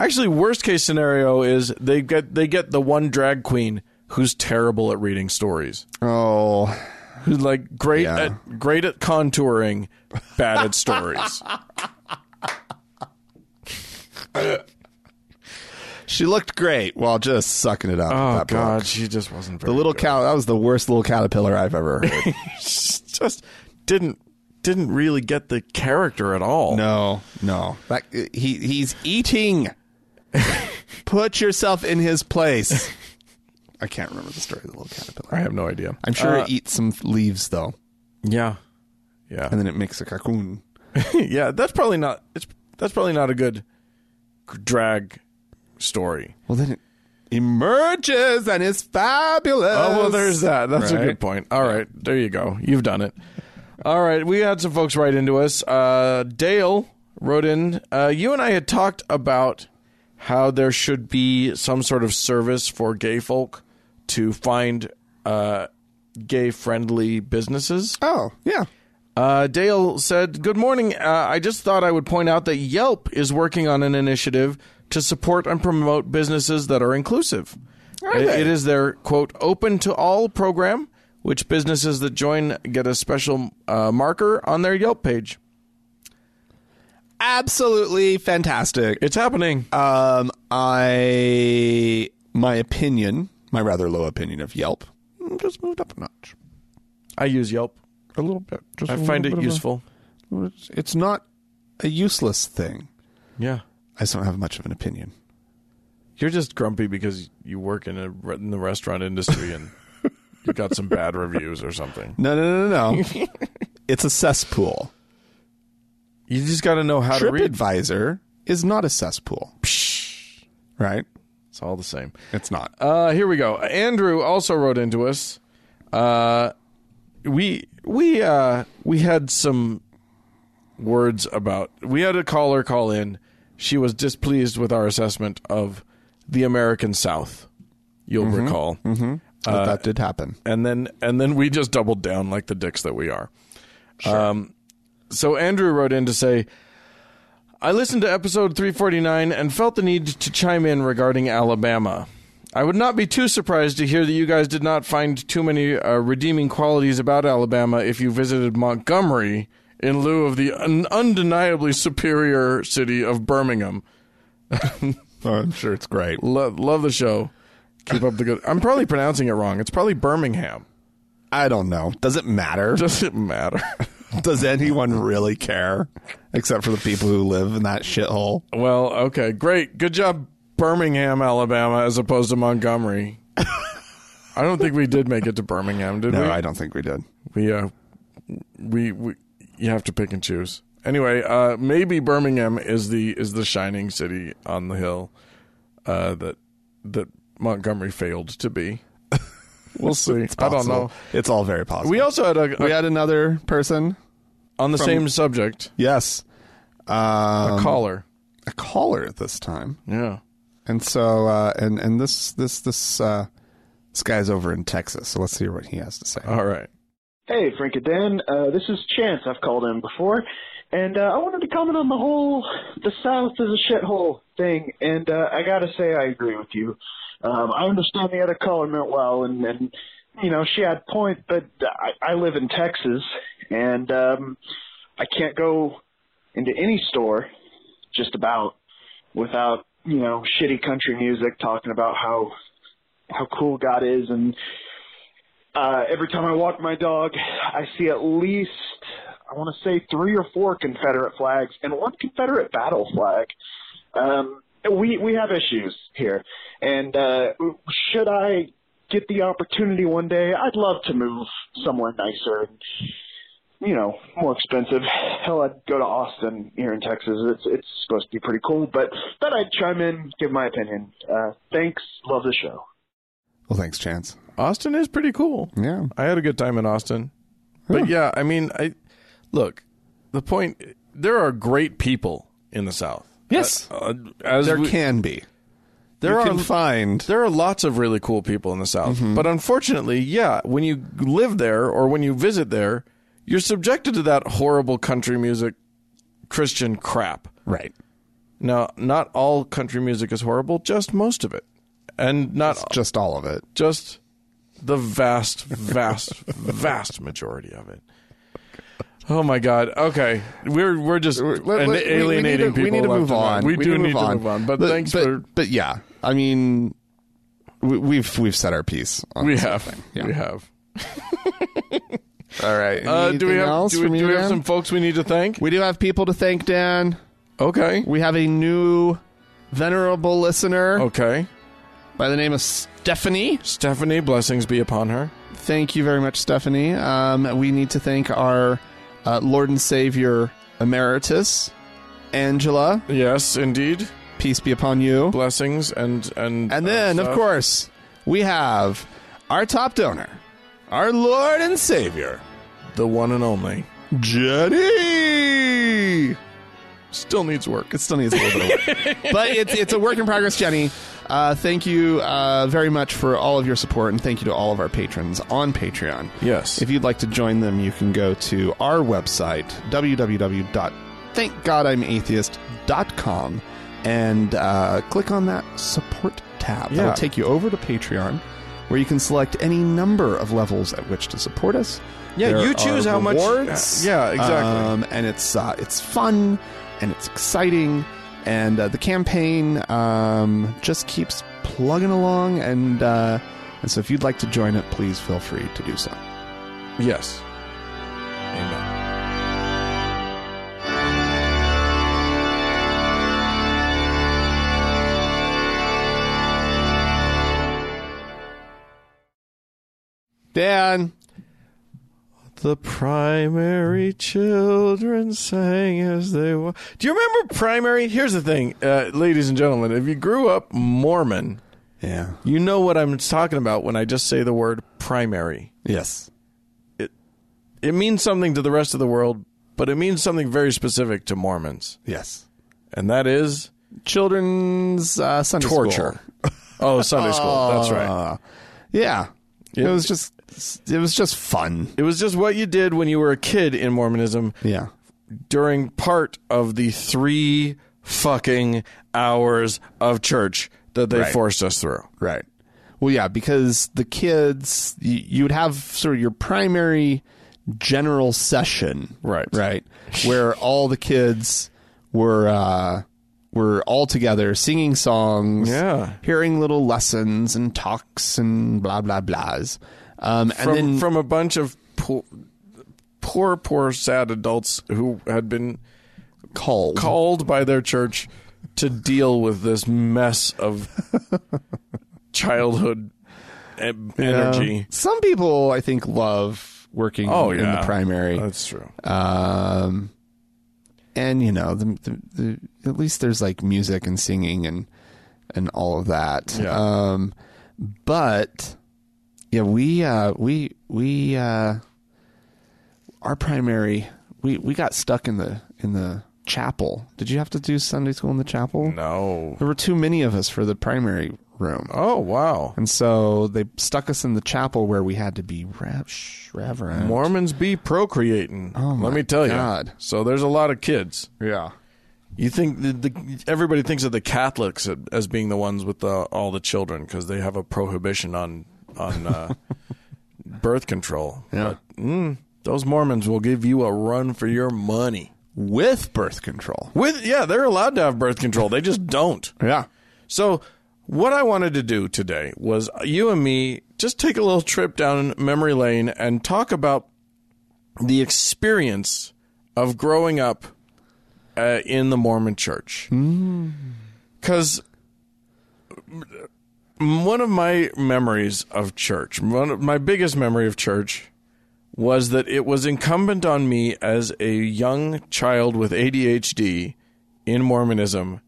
Speaker 1: Actually, worst case scenario is they get they get the one drag queen who's terrible at reading stories.
Speaker 2: Oh,
Speaker 1: Who's like great
Speaker 2: Yeah.
Speaker 1: at great at contouring, bad at stories.
Speaker 2: she looked great while just sucking it up.
Speaker 1: Oh
Speaker 2: that book.
Speaker 1: god, she just wasn't very
Speaker 2: The little
Speaker 1: good.
Speaker 2: cow. That was the worst little caterpillar I've ever heard.
Speaker 1: She just didn't didn't really get the character at all.
Speaker 2: no, no. That, he he's eating. Put yourself in his place. I can't remember the story of the little caterpillar.
Speaker 1: I have no idea.
Speaker 2: I'm sure
Speaker 1: Uh,
Speaker 2: it eats some leaves though,
Speaker 1: yeah. Yeah.
Speaker 2: and then it makes a cocoon.
Speaker 1: yeah, that's probably not it's that's probably not a good drag story.
Speaker 2: Well, then it emerges and is fabulous.
Speaker 1: Oh well, there's that. That's a
Speaker 2: Right?
Speaker 1: good point. All right, there you go. You've done it. All right, we had some folks write into us. Uh, Dale wrote in. Uh, you and I had talked about how there should be some sort of service for gay folk to find uh, gay-friendly businesses.
Speaker 2: Oh yeah.
Speaker 1: Uh, Dale said, Good morning. Uh, I just thought I would point out that Yelp is working on an initiative to support and promote businesses that are inclusive. It-
Speaker 2: they?
Speaker 1: it is their, quote, open to all program, which businesses that join get a special uh, marker on their Yelp page.
Speaker 2: Absolutely fantastic.
Speaker 1: It's happening.
Speaker 2: Um, I my opinion, my rather low opinion of Yelp, mm, just moved up a notch
Speaker 1: I use Yelp,
Speaker 2: a little bit. Just
Speaker 1: I
Speaker 2: a
Speaker 1: find
Speaker 2: little
Speaker 1: it
Speaker 2: bit of
Speaker 1: useful.
Speaker 2: a- it's not a useless thing.
Speaker 1: yeah.
Speaker 2: I just don't have much of an opinion.
Speaker 1: You're just grumpy because you work in, a, re- in the restaurant industry and you got some bad reviews or something.
Speaker 2: No, no, no, no, no. it's a cesspool.
Speaker 1: You just got to know how to read.
Speaker 2: TripAdvisor is not a cesspool. Right?
Speaker 1: It's all the same.
Speaker 2: It's not.
Speaker 1: Uh, here we go. Andrew also wrote into us. Uh, we we uh, we had some words about. We had a caller call in. She was displeased with our assessment of the American South. You'll recall, mm-hmm.
Speaker 2: but that did happen.
Speaker 1: and then and then we just doubled down like the dicks that we are. Um, so Andrew wrote in to say. I listened to episode 349 and felt the need to chime in regarding Alabama. I would not be too surprised to hear that you guys did not find too many uh, redeeming qualities about Alabama if you visited Montgomery in lieu of the un- undeniably superior city of Birmingham. uh,
Speaker 2: Oh, I'm sure it's great.
Speaker 1: Lo- love the show. Keep up the good. I'm probably pronouncing it wrong. It's probably Birmingham.
Speaker 2: I don't know. Does it matter?
Speaker 1: Doesn't matter.
Speaker 2: Does anyone really care? Except for the people who live in that shithole.
Speaker 1: well, okay, great, good job, Birmingham, Alabama, as opposed to Montgomery. I don't think we did make it to Birmingham, did we?
Speaker 2: No, I don't think we did.
Speaker 1: we uh we we you have to pick and choose anyway uh maybe birmingham is the is the shining city on the hill uh that that montgomery failed to be we'll see i don't know
Speaker 2: Possible. It's all very possible.
Speaker 1: we also had a,
Speaker 2: we
Speaker 1: a-
Speaker 2: had another person.
Speaker 1: on the same subject
Speaker 2: Yes.
Speaker 1: a
Speaker 2: Um,
Speaker 1: caller
Speaker 2: a caller this time.
Speaker 1: yeah
Speaker 2: And so uh and and this this this uh this guy's over in Texas. So let's hear what he has to say.
Speaker 1: all right
Speaker 4: Hey, Frank and Dan. Uh, this is Chance. I've called in before, and uh, I wanted to comment on the whole "the South is a shithole" thing. And uh, I gotta say, I agree with you. Um, I understand the other caller meant well, and, and you know she had point, but I, I live in Texas, and um, I can't go into any store just about without you know shitty country music talking about how how cool God is and uh, every time I walk my dog, I see at least, I want to say, three or four Confederate flags and one Confederate battle flag. Um, we we have issues here, and uh, should I get the opportunity one day, I'd love to move somewhere nicer and you know more expensive. Hell, I'd go to Austin here in Texas. It's it's supposed to be pretty cool, but thought I'd chime in, give my opinion. Uh, thanks, love the show.
Speaker 2: Well, thanks, Chance.
Speaker 1: austin is pretty cool
Speaker 2: Yeah.
Speaker 1: I had a good time in Austin. But yeah, I mean, I look. The point: there are great people in the South.
Speaker 2: Yes.
Speaker 1: Uh, as
Speaker 2: there
Speaker 1: we-
Speaker 2: can be.
Speaker 1: there
Speaker 2: you
Speaker 1: are
Speaker 2: can find
Speaker 1: there are lots of really cool people in the South.
Speaker 2: Mm-hmm.
Speaker 1: But unfortunately, yeah, when you live there or when you visit there, you're subjected to that horrible country music, Christian crap.
Speaker 2: Right.
Speaker 1: Now, not all country music is horrible, just most of it, and not
Speaker 2: Just all of it.
Speaker 1: just the vast, vast, vast majority of it. Oh my God! Okay, we're we're just
Speaker 2: Let-
Speaker 1: an-
Speaker 2: let- we- we
Speaker 1: alienating
Speaker 2: need to,
Speaker 1: people.
Speaker 2: We need to
Speaker 1: left
Speaker 2: move
Speaker 1: and right.
Speaker 2: on.
Speaker 1: We, do need to move on. But, thanks
Speaker 2: but,
Speaker 1: for
Speaker 2: But yeah, I mean, we, we've we've said our piece. On
Speaker 1: we
Speaker 2: this.
Speaker 1: have
Speaker 2: Yeah.
Speaker 1: we have.
Speaker 2: All right.
Speaker 1: Uh, do we
Speaker 2: Anything
Speaker 1: have
Speaker 2: else
Speaker 1: do we,
Speaker 2: from
Speaker 1: do
Speaker 2: you,
Speaker 1: we have
Speaker 2: Dan?
Speaker 1: some folks we need to thank?
Speaker 2: We do have people to thank, Dan.
Speaker 1: Okay,
Speaker 2: We have a new venerable listener
Speaker 1: okay.
Speaker 2: by the name of Stephanie.
Speaker 1: Stephanie, blessings be upon her.
Speaker 2: Thank you very much, Stephanie. Um, we need to thank our uh, Lord and Savior emeritus, Angela.
Speaker 1: Yes, indeed,
Speaker 2: Peace be upon you.
Speaker 1: blessings and and
Speaker 2: And then,
Speaker 1: uh,
Speaker 2: of
Speaker 1: stuff.
Speaker 2: course, we have our top donor, our Lord and Savior,
Speaker 1: the one and only
Speaker 2: Jenny.
Speaker 1: still needs work.
Speaker 2: It still needs a little bit of work, but it's it's a work in progress, Jenny. Uh, thank you uh, very much for all of your support, and thank you to all of our patrons on Patreon.
Speaker 1: Yes.
Speaker 2: If you'd like to join them, you can go to our website, www.thankgodimatheist.com, and uh, click on that support tab.
Speaker 1: Yeah.
Speaker 2: That'll take you over to Patreon, where you can select any number of levels at which to support us.
Speaker 1: Yeah,
Speaker 2: There
Speaker 1: you choose
Speaker 2: are
Speaker 1: how much-
Speaker 2: rewards,
Speaker 1: Yeah, exactly.
Speaker 2: Um, and it's uh, it's fun and it's exciting, and uh, the campaign um, just keeps plugging along. And uh, and so, if you'd like to join it, please feel free to do so.
Speaker 1: Yes. Amen.
Speaker 2: Dan,
Speaker 1: The primary children sang as they were. Do you remember primary? Here's the thing, uh, ladies and gentlemen. If you grew up Mormon,
Speaker 2: yeah,
Speaker 1: you know what I'm talking about when I just say the word primary.
Speaker 2: yes,
Speaker 1: It means something to the rest of the world, but it means something very specific to Mormons,
Speaker 2: yes.
Speaker 1: and that is
Speaker 2: Children's uh, Sunday school.
Speaker 1: torture. oh, Sunday school. That's right.
Speaker 2: Yeah, it was just it was just fun.
Speaker 1: It was just what you did when you were a kid in Mormonism
Speaker 2: Yeah,
Speaker 1: during part of the three fucking hours of church that they
Speaker 2: Right.
Speaker 1: forced us through.
Speaker 2: right. Well, yeah, because the kids, you, you would have sort of your primary general session,
Speaker 1: Right.
Speaker 2: right, where all the kids were uh, were all together singing songs,
Speaker 1: Yeah.
Speaker 2: hearing little lessons and talks and blah blah blahs, um, and
Speaker 1: from,
Speaker 2: then
Speaker 1: from a bunch of poor, poor, poor, sad adults who had been
Speaker 2: called.
Speaker 1: called by their church to deal with this mess of childhood en- energy.
Speaker 2: Some people, I think, love working
Speaker 1: Oh,
Speaker 2: in
Speaker 1: yeah.
Speaker 2: the primary.
Speaker 1: That's true.
Speaker 2: um, and you know, the, the, the at least there's like music and singing and and all of that.
Speaker 1: Yeah.
Speaker 2: Um, but yeah, we uh, we we uh, our primary we we got stuck in the in the chapel. Did you have to do Sunday school in the chapel?
Speaker 1: No.
Speaker 2: There were too many of us for the primary room.
Speaker 1: Oh wow.
Speaker 2: And so they stuck us in the chapel where we had to be rev- shh, reverend.
Speaker 1: Mormons be procreating.
Speaker 2: Oh, my
Speaker 1: Let me tell
Speaker 2: God.
Speaker 1: you. So there's a lot of kids.
Speaker 2: Yeah.
Speaker 1: You think the, the, everybody thinks of the Catholics as being the ones with the, all the children because they have a prohibition on on uh, birth control.
Speaker 2: Yeah.
Speaker 1: But, mm, those Mormons will give you a run for your money.
Speaker 2: With birth control.
Speaker 1: With yeah, they're allowed to have birth control. They just don't.
Speaker 2: Yeah.
Speaker 1: So what I wanted to do today was you and me just take a little trip down memory lane and talk about the experience of growing up uh, in the Mormon Church. Because one of my memories of church, one of my biggest memory of church, was that it was incumbent on me as a young child with ADHD in Mormonism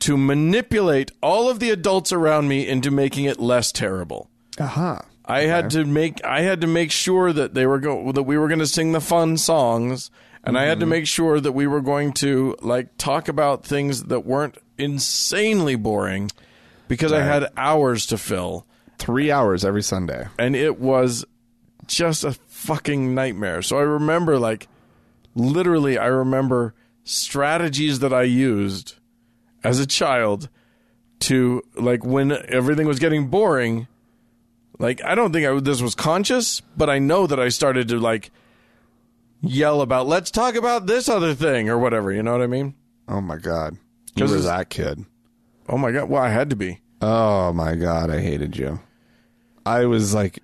Speaker 1: to manipulate all of the adults around me into making it less terrible.
Speaker 2: Aha.
Speaker 1: I had to make I had to make sure that they were go that we were going to sing the fun songs and I had to make sure that we were going to like talk about things that weren't insanely boring because I had hours to fill
Speaker 2: Three hours every Sunday.
Speaker 1: and it was just a fucking nightmare. So I remember like literally I remember strategies that I used as a child to like when everything was getting boring like I don't think I, this was conscious, but I know that I started to like yell about let's talk about this other thing or whatever, you know what I mean?
Speaker 2: Oh my God. You
Speaker 1: 'Cause
Speaker 2: were
Speaker 1: it's-
Speaker 2: that kid.
Speaker 1: Oh my god, well I had to be.
Speaker 2: Oh my God. I hated you. I was like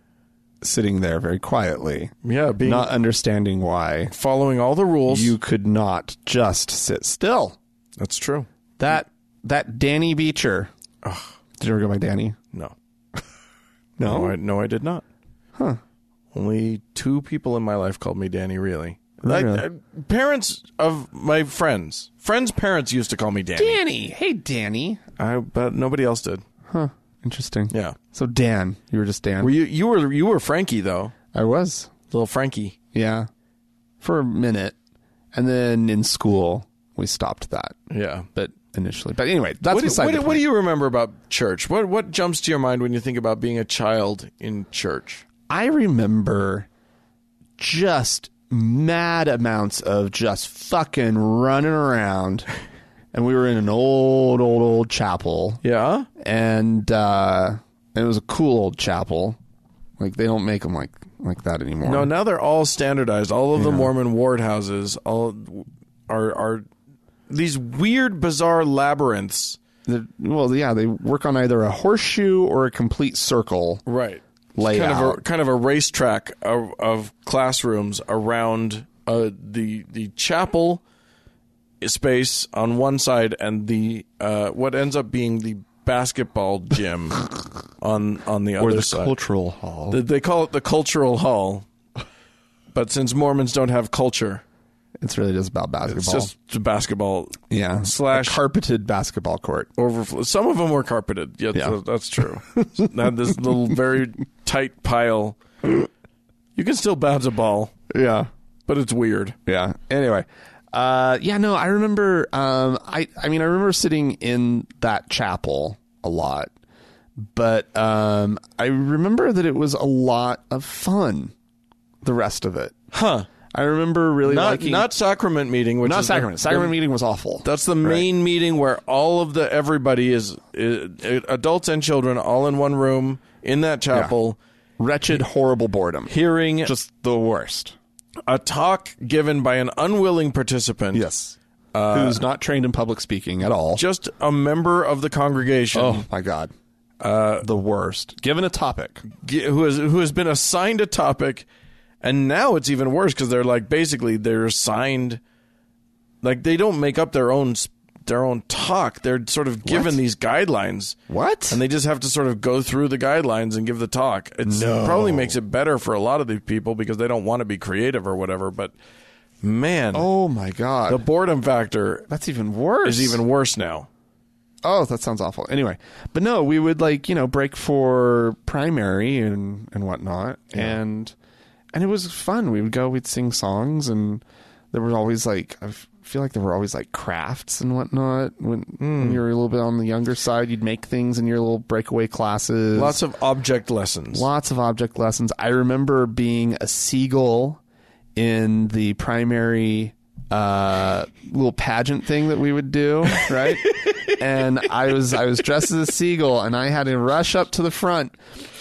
Speaker 2: sitting there very quietly,
Speaker 1: Yeah, being
Speaker 2: not understanding why
Speaker 1: following all the rules.
Speaker 2: you could not just sit still.
Speaker 1: That's true.
Speaker 2: That, that Danny Beecher. Did you ever go by Danny?
Speaker 1: No. No, I, no, I did not. Huh. Only two people in my life called me Danny. Really, like
Speaker 2: Really?
Speaker 1: uh, parents of my friends, friends' parents used to call me Danny.
Speaker 2: Danny. Hey, Danny.
Speaker 1: I, but nobody else did.
Speaker 2: Interesting.
Speaker 1: Yeah.
Speaker 2: So Dan, you were just Dan.
Speaker 1: Were you you were you were Frankie though,
Speaker 2: I was.
Speaker 1: little Frankie.
Speaker 2: Yeah. For a minute. And then in school, we stopped that.
Speaker 1: Yeah.
Speaker 2: But initially. But anyway, that's
Speaker 1: What do,
Speaker 2: beside
Speaker 1: what,
Speaker 2: the
Speaker 1: do- what do you remember about church? What what jumps to your mind when you think about being a child in church?
Speaker 2: I remember just mad amounts of just fucking running around. And we were in an old, old, old chapel.
Speaker 1: Yeah.
Speaker 2: And uh, it was a cool old chapel. Like they don't make them like like that anymore.
Speaker 1: No, now they're all standardized. All of the Mormon ward houses all are are these weird, bizarre labyrinths.
Speaker 2: The- well, yeah, they work on either a horseshoe or a complete circle.
Speaker 1: Right.
Speaker 2: Layout.
Speaker 1: Kind of a kind of a racetrack of, of classrooms around uh, the the chapel space on one side and the uh, what ends up being the basketball gym on on the
Speaker 2: or
Speaker 1: other
Speaker 2: the
Speaker 1: side.
Speaker 2: cultural hall.
Speaker 1: They- they call it the cultural hall, but since Mormons don't have culture,
Speaker 2: It's really just about basketball.
Speaker 1: it's just a basketball
Speaker 2: yeah,
Speaker 1: slash-
Speaker 2: a carpeted basketball court.
Speaker 1: overflow. Some of them were carpeted. Yeah,
Speaker 2: Yeah.
Speaker 1: th- that's true. now this little very tight pile. You can still bounce a ball,
Speaker 2: Yeah,
Speaker 1: but it's weird.
Speaker 2: yeah. Anyway, uh, yeah, no, I remember. Um, I, I mean, I remember sitting in that chapel a lot, but um, I remember that it was a lot of fun. The rest of it,
Speaker 1: Huh.
Speaker 2: I remember really
Speaker 1: Not
Speaker 2: liking
Speaker 1: not sacrament meeting, which
Speaker 2: not
Speaker 1: is
Speaker 2: sacrament.
Speaker 1: The,
Speaker 2: sacrament
Speaker 1: the-
Speaker 2: meeting was awful.
Speaker 1: That's the main meeting where all of the everybody is, is adults and children all in one room in that chapel
Speaker 2: wretched, horrible boredom.
Speaker 1: hearing
Speaker 2: Just the worst.
Speaker 1: a talk given by an unwilling participant.
Speaker 2: Yes. Who's not trained in public speaking at all.
Speaker 1: Uh, Just a member of the congregation
Speaker 2: oh my god.
Speaker 1: Uh,
Speaker 2: the worst. Given a topic.
Speaker 1: g- who has who has been assigned a topic, and now it's even worse because they're like basically they're assigned, like they don't make up their own s- their own talk. They're sort of given these guidelines.
Speaker 2: What?
Speaker 1: And they just have to sort of go through the guidelines and give the talk. It's, It probably makes it better for a lot of these people because they don't want to be creative or whatever. But man,
Speaker 2: Oh my god.
Speaker 1: the boredom factor
Speaker 2: that's even worse.
Speaker 1: is even worse now.
Speaker 2: Oh, that sounds awful. Anyway, but no, we would like you know break for primary and and whatnot, and and it was fun. We would go, we'd sing songs, and there was always like I f- feel like there were always like crafts and whatnot. When, when you were a little bit on the younger side, you'd make things in your little breakaway classes.
Speaker 1: Lots of object lessons.
Speaker 2: Lots of object lessons. I remember being a seagull in the primary uh, little pageant thing that we would do, right? and I was I was dressed as a seagull, and I had to rush up to the front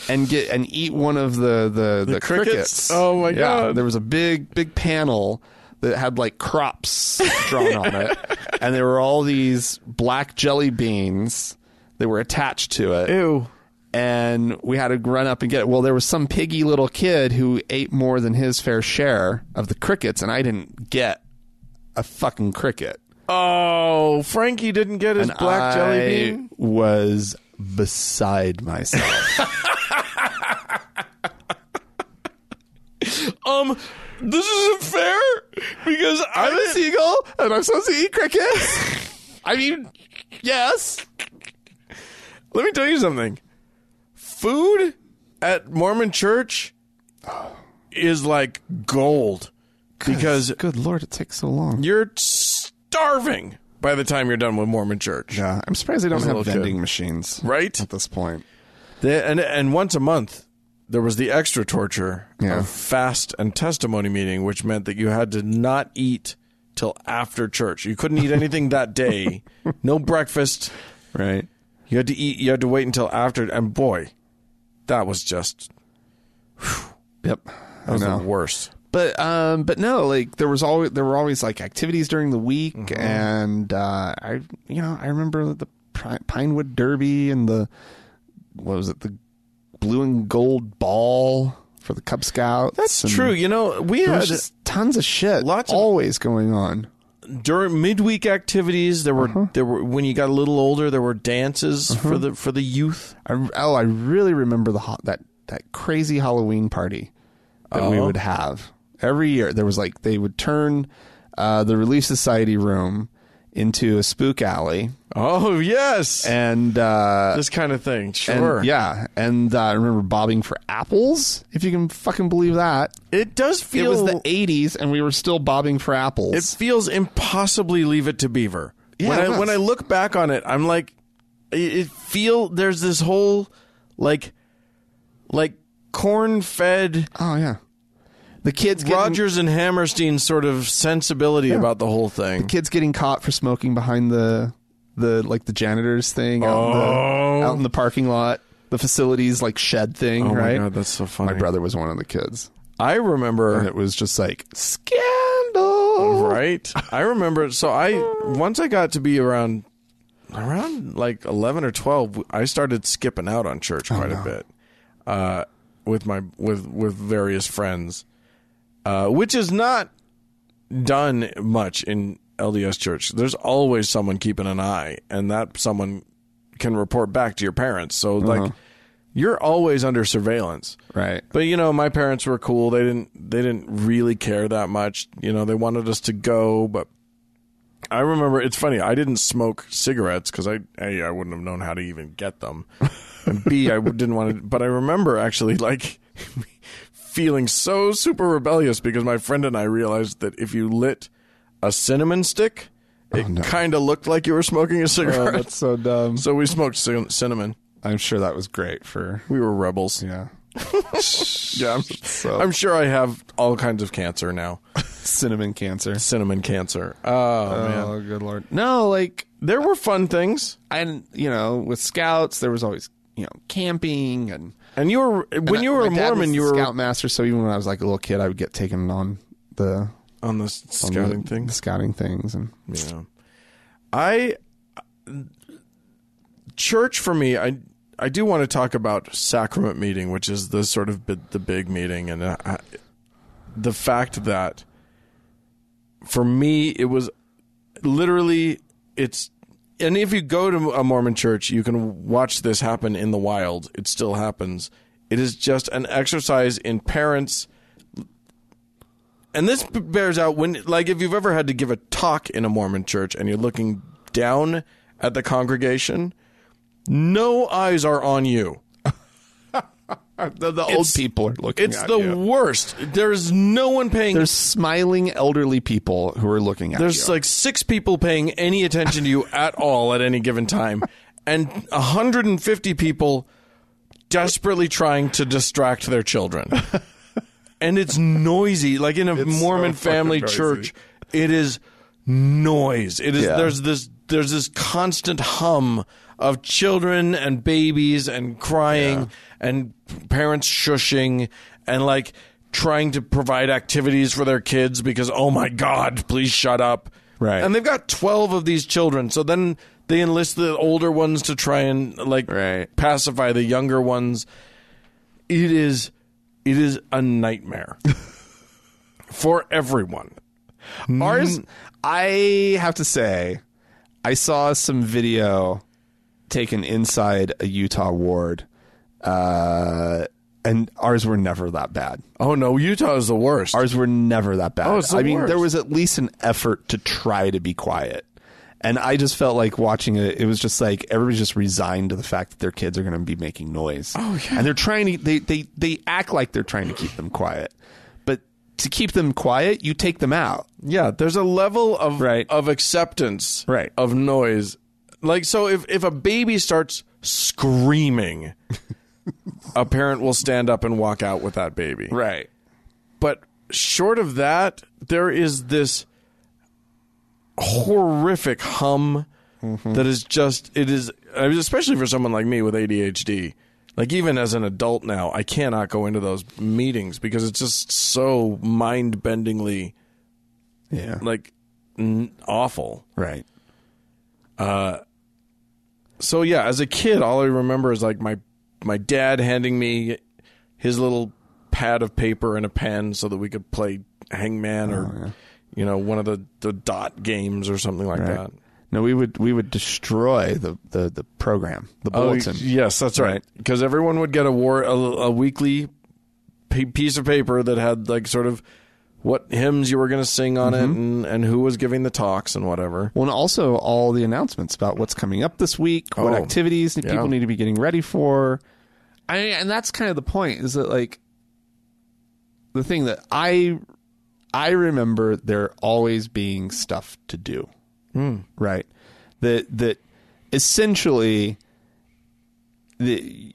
Speaker 2: and get and eat one of the the, the,
Speaker 1: crickets?
Speaker 2: crickets.
Speaker 1: Oh, my
Speaker 2: Yeah,
Speaker 1: God.
Speaker 2: There was a big big panel that had like crops drawn on it, and there were all these black jelly beans that were attached to it
Speaker 1: Ew.
Speaker 2: and we had to run up and get it. Well, there was some piggy little kid who ate more than his fair share of the crickets, and I didn't get a fucking cricket.
Speaker 1: Oh, Frankie didn't get his black jelly bean.
Speaker 2: I was beside myself.
Speaker 1: um, this isn't fair because
Speaker 2: I'm a
Speaker 1: I
Speaker 2: seagull, and I'm supposed to eat crickets. I mean, yes.
Speaker 1: let me tell you something. Food at Mormon church is like gold because
Speaker 2: good lord, it takes so long.
Speaker 1: you're starving by the time you're done with Mormon church,
Speaker 2: Yeah, I'm surprised they don't have
Speaker 1: little
Speaker 2: vending
Speaker 1: kid.
Speaker 2: machines
Speaker 1: right?
Speaker 2: at this point.
Speaker 1: They, and and once a month there was the extra torture
Speaker 2: Yeah.
Speaker 1: of fast and testimony meeting, which meant that you had to not eat till after church. You couldn't eat anything that day. No breakfast.
Speaker 2: Right.
Speaker 1: You had to eat. You had to wait until after. And boy, that was just
Speaker 2: Yep.
Speaker 1: that was the worst.
Speaker 2: but um but no like there was always there were always like activities during the week
Speaker 1: Mm-hmm.
Speaker 2: and uh i you know i remember the Pri- pinewood derby and the what was it the blue and gold ball for the cub scouts
Speaker 1: That's
Speaker 2: and
Speaker 1: true. You know, we
Speaker 2: there
Speaker 1: had
Speaker 2: was just tons of shit
Speaker 1: Lots of-
Speaker 2: always going on
Speaker 1: during midweek activities. There were there were when you got a little older, there were dances for the for the youth.
Speaker 2: I, oh i really remember the ho- that that crazy halloween party that
Speaker 1: Oh.
Speaker 2: we would have every year there was like they would turn uh the relief society room into a spook alley
Speaker 1: Oh yes,
Speaker 2: and uh
Speaker 1: this kind of thing.
Speaker 2: and-
Speaker 1: Sure.
Speaker 2: yeah and uh, i remember bobbing for apples if you can fucking believe that
Speaker 1: it does feel.
Speaker 2: it was the 80s and we were still bobbing for apples
Speaker 1: It feels impossibly leave it to Beaver.
Speaker 2: Yeah,
Speaker 1: when
Speaker 2: it
Speaker 1: I when
Speaker 2: does.
Speaker 1: I look back on it, I'm like, it, it feel there's this whole like like corn fed
Speaker 2: oh yeah the kids getting,
Speaker 1: Rogers and Hammerstein sort of sensibility about the whole thing.
Speaker 2: kids getting caught for smoking behind the the like the janitors thing out, in, the, out in the parking lot the facilities like shed thing
Speaker 1: oh
Speaker 2: right
Speaker 1: my god, that's so funny.
Speaker 2: my brother was one of the kids
Speaker 1: I
Speaker 2: and
Speaker 1: remember
Speaker 2: it was just like scandal
Speaker 1: right. I remember. So I once I got to be around around like eleven or twelve, I started skipping out on church quite a bit uh, with my with with various friends, uh, which is not done much in LDS church. There's always someone keeping an eye, and that someone can report back to your parents. So like, you're always under surveillance.
Speaker 2: right
Speaker 1: But you know, my parents were cool. They didn't they didn't really care that much. You know, they wanted us to go, but I remember it's funny. I didn't smoke cigarettes because I a I wouldn't have known how to even get them, and b I w- didn't want to. But I remember actually like feeling so super rebellious because my friend and I realized that if you lit a cinnamon stick, it kind of looked like you were smoking a cigarette.
Speaker 2: Oh, that's so dumb
Speaker 1: so we smoked cin- cinnamon.
Speaker 2: i'm sure that was great for
Speaker 1: We were rebels.
Speaker 2: yeah
Speaker 1: Yeah, I'm,
Speaker 2: So-
Speaker 1: I'm sure I have all kinds of cancer now.
Speaker 2: cinnamon cancer.
Speaker 1: Cinnamon cancer. Oh, man.
Speaker 2: Oh, good lord. No, like
Speaker 1: There were fun things.
Speaker 2: and you know, with scouts, there was always you know camping and
Speaker 1: And you were when
Speaker 2: and
Speaker 1: you
Speaker 2: I-
Speaker 1: were a
Speaker 2: my dad was
Speaker 1: Mormon,
Speaker 2: the
Speaker 1: you were
Speaker 2: scoutmaster. So even when I was like a little kid, I would get taken on the
Speaker 1: on the s-
Speaker 2: on
Speaker 1: scouting
Speaker 2: the,
Speaker 1: things.
Speaker 2: the scouting things, and
Speaker 1: Yeah. I church for me, I I do want to talk about sacrament meeting, which is the sort of bit, the big meeting and uh, I, the fact that for me it was literally it's and if you go to a Mormon church, you can watch this happen in the wild. It still happens. It is just an exercise in parents and this b- bears out when like if you've ever had to give a talk in a mormon church and you're looking down at the congregation no eyes are on you
Speaker 2: the, the old
Speaker 1: It's-
Speaker 2: people are looking.
Speaker 1: it's
Speaker 2: at
Speaker 1: the
Speaker 2: you.
Speaker 1: worst there's no one paying
Speaker 2: there's smiling elderly people who are looking at
Speaker 1: there's
Speaker 2: you.
Speaker 1: like six people paying any attention to you at all at any given time and 150 people desperately trying to distract their children and it's noisy like in a
Speaker 2: fucking
Speaker 1: mormon family
Speaker 2: noisy.
Speaker 1: church it is noise it is
Speaker 2: Yeah.
Speaker 1: there's this there's this constant hum of children and babies and crying and parents shushing and like trying to provide activities for their kids because oh my god please shut up
Speaker 2: Right.
Speaker 1: and they've got 12 of these children so then they enlist the older ones to try and like
Speaker 2: Right.
Speaker 1: pacify the younger ones it is it is a nightmare for everyone Mm.
Speaker 2: Ours, I have to say, I saw some video taken inside a Utah ward, uh, and ours were never that bad.
Speaker 1: oh no utah is the worst
Speaker 2: Ours were never that bad.
Speaker 1: Oh, it's the
Speaker 2: I mean,
Speaker 1: worst.
Speaker 2: there was at least an effort to try to be quiet. And I just felt like watching it, it was just like everybody's just resigned to the fact that their kids are going to be making noise. Oh, yeah. And they're trying to, they, they, they act like they're trying to keep them quiet. But to keep them quiet, you take them out.
Speaker 1: Yeah, there's a level of
Speaker 2: Right.
Speaker 1: of acceptance
Speaker 2: Right.
Speaker 1: of noise. Like so if if a baby starts screaming, a parent will stand up and walk out with that baby.
Speaker 2: Right.
Speaker 1: But short of that, there is this horrific hum that is just it is I mean, especially for someone like me with ADHD. Like even as an adult now, I cannot go into those meetings because it's just so mind-bendingly
Speaker 2: Yeah.
Speaker 1: like n- awful.
Speaker 2: right.
Speaker 1: So yeah, as a kid, all I remember is like my my dad handing me his little pad of paper and a pen so that we could play hangman or
Speaker 2: Oh,
Speaker 1: you know one of the the dot games or something like that.
Speaker 2: No, we would we would destroy the the, the program, the
Speaker 1: Oh,
Speaker 2: bulletin.
Speaker 1: yes, that's right. Because everyone would get a war a, a weekly p- piece of paper that had like sort of what hymns you were going to sing on it
Speaker 2: Mm-hmm.
Speaker 1: and and who was giving the talks and whatever.
Speaker 2: Well, and also all the announcements about what's coming up this week, what
Speaker 1: Oh,
Speaker 2: activities that
Speaker 1: yeah.
Speaker 2: people need to be getting ready for. I and that's kind of the point is that like the thing that I I remember there always being stuff to do.
Speaker 1: Hmm.
Speaker 2: Right? That that essentially the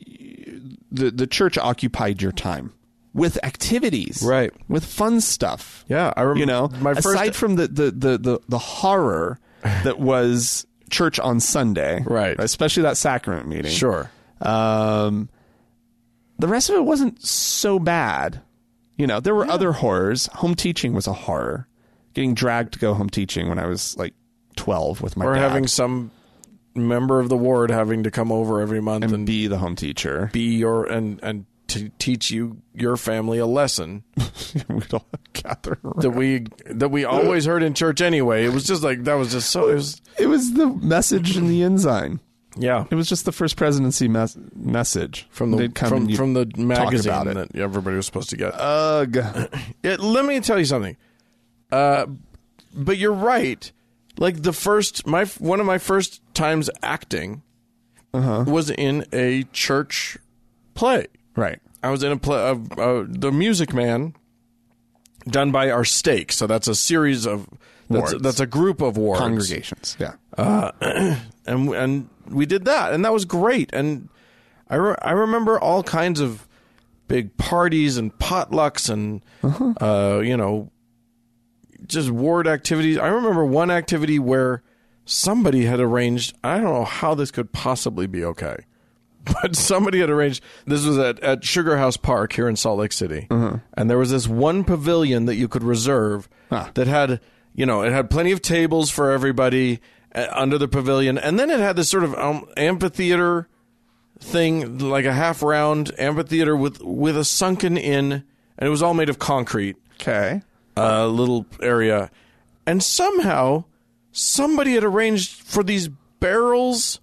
Speaker 2: the the church occupied your time with activities.
Speaker 1: Right.
Speaker 2: With fun stuff
Speaker 1: Yeah, I remember.
Speaker 2: you know
Speaker 1: my first
Speaker 2: aside from the the the the, the horror that was church on sunday
Speaker 1: Right.
Speaker 2: especially that sacrament meeting
Speaker 1: sure.
Speaker 2: um the rest of it wasn't so bad you know there were other horrors home teaching was a horror getting dragged to go home teaching when i was like 12 with my
Speaker 1: or
Speaker 2: dad
Speaker 1: having some member of the ward having to come over every month and,
Speaker 2: and be the home teacher
Speaker 1: be your and and to teach you your family a lesson
Speaker 2: we'd all gather around.
Speaker 1: that we that we always heard in church anyway. It was just like that was just so it was
Speaker 2: it was the message in the ensign
Speaker 1: yeah
Speaker 2: it was just the first presidency mes- message
Speaker 1: from the
Speaker 2: They'd come and
Speaker 1: from
Speaker 2: you'd
Speaker 1: from the
Speaker 2: talk
Speaker 1: magazine
Speaker 2: about it.
Speaker 1: that everybody was supposed to get.
Speaker 2: ugh
Speaker 1: Yeah, let me tell you something. Uh, but you're right. Like the first, my one of my first times acting
Speaker 2: Uh-huh.
Speaker 1: was in a church play.
Speaker 2: right
Speaker 1: I was in a play of uh, the Music Man, done by our stake. So that's a series of that's,
Speaker 2: Wards.
Speaker 1: that's a group of wards,
Speaker 2: congregations. Yeah.
Speaker 1: and and we did that, and that was great. And I re- I remember all kinds of big parties and potlucks and
Speaker 2: Uh-huh.
Speaker 1: uh, you know just ward activities. I remember one activity where somebody had arranged. I don't know how this could possibly be okay, but somebody had arranged. This was at at Sugar House Park here in Salt Lake City, and there was this one pavilion that you could reserve that had you know it had plenty of tables for everybody uh, under the pavilion, and then it had this sort of um, amphitheater thing like a half round amphitheater with with a sunken in and it was all made of concrete
Speaker 2: Okay.
Speaker 1: uh, little area, and somehow somebody had arranged for these barrels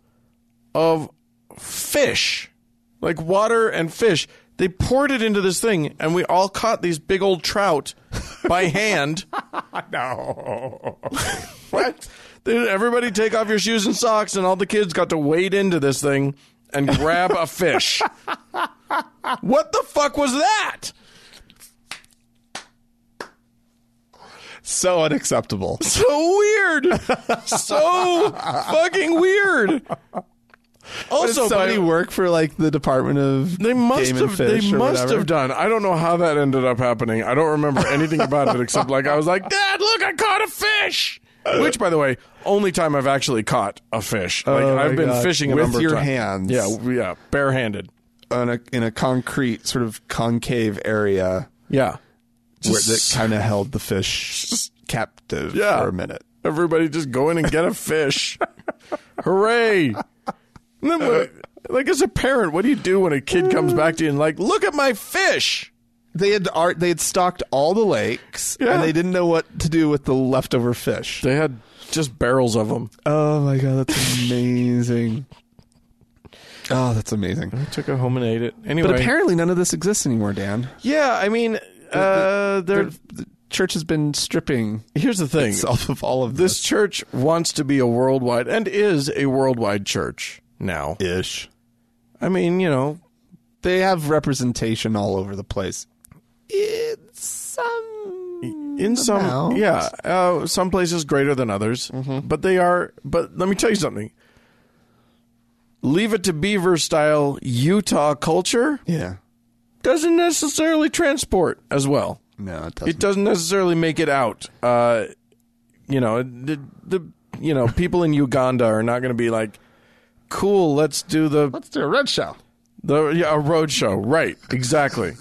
Speaker 1: of fish, like water and fish. They poured it into this thing, and we all caught these big old trout by hand.
Speaker 2: No.
Speaker 1: what? Dude, everybody take off your shoes and socks, and all the kids got to wade into this thing and grab a fish. what the fuck was that?
Speaker 2: So unacceptable.
Speaker 1: so weird. so fucking weird. Also,
Speaker 2: Does somebody
Speaker 1: by-
Speaker 2: work for like the Department of
Speaker 1: they must
Speaker 2: Game and
Speaker 1: have
Speaker 2: Fish
Speaker 1: they
Speaker 2: or
Speaker 1: must
Speaker 2: whatever?
Speaker 1: have done. I don't know how that ended up happening. I don't remember anything about it except like I was like, "Dad, look, I caught a fish." Which, by the way, only time I've actually caught a fish. Like
Speaker 2: Oh, my
Speaker 1: I've been
Speaker 2: God.
Speaker 1: fishing a
Speaker 2: With
Speaker 1: number of
Speaker 2: your
Speaker 1: times.
Speaker 2: hands.
Speaker 1: Yeah, w- yeah, barehanded.
Speaker 2: on a, in a concrete sort of concave area
Speaker 1: Yeah,
Speaker 2: where, that
Speaker 1: Just-
Speaker 2: kind of held the fish captive
Speaker 1: Yeah.
Speaker 2: for a minute.
Speaker 1: Everybody just go in and get a fish. Hooray. And then what, like as a parent, what do you do when a kid comes back to you and like, look at my fish?
Speaker 2: They had art. They had stocked all the lakes,
Speaker 1: Yeah.
Speaker 2: and they didn't know what to do with the leftover fish.
Speaker 1: They had just barrels of them.
Speaker 2: Oh my god, that's amazing! oh, that's amazing.
Speaker 1: I took it home and ate it. Anyway.
Speaker 2: But apparently, none of this exists anymore, Dan.
Speaker 1: yeah, I mean, uh, there.
Speaker 2: The, the church has been stripping
Speaker 1: Here's the thing.
Speaker 2: itself of all of
Speaker 1: This
Speaker 2: this,
Speaker 1: church wants to be a worldwide and is a worldwide church now.
Speaker 2: ish.
Speaker 1: I mean, you know,
Speaker 2: They have representation all over the place. It's um, some
Speaker 1: in some
Speaker 2: amount.
Speaker 1: yeah uh, some places greater than others but they are but let me tell you something leave it to beaver style utah culture
Speaker 2: yeah.
Speaker 1: doesn't necessarily transport as well
Speaker 2: No, it
Speaker 1: it
Speaker 2: doesn't.
Speaker 1: doesn't necessarily make it out uh, you know the, the you know people in uganda are not going to be like cool let's do the
Speaker 2: Let's do a red shell.
Speaker 1: the yeah, a road show, right? Exactly.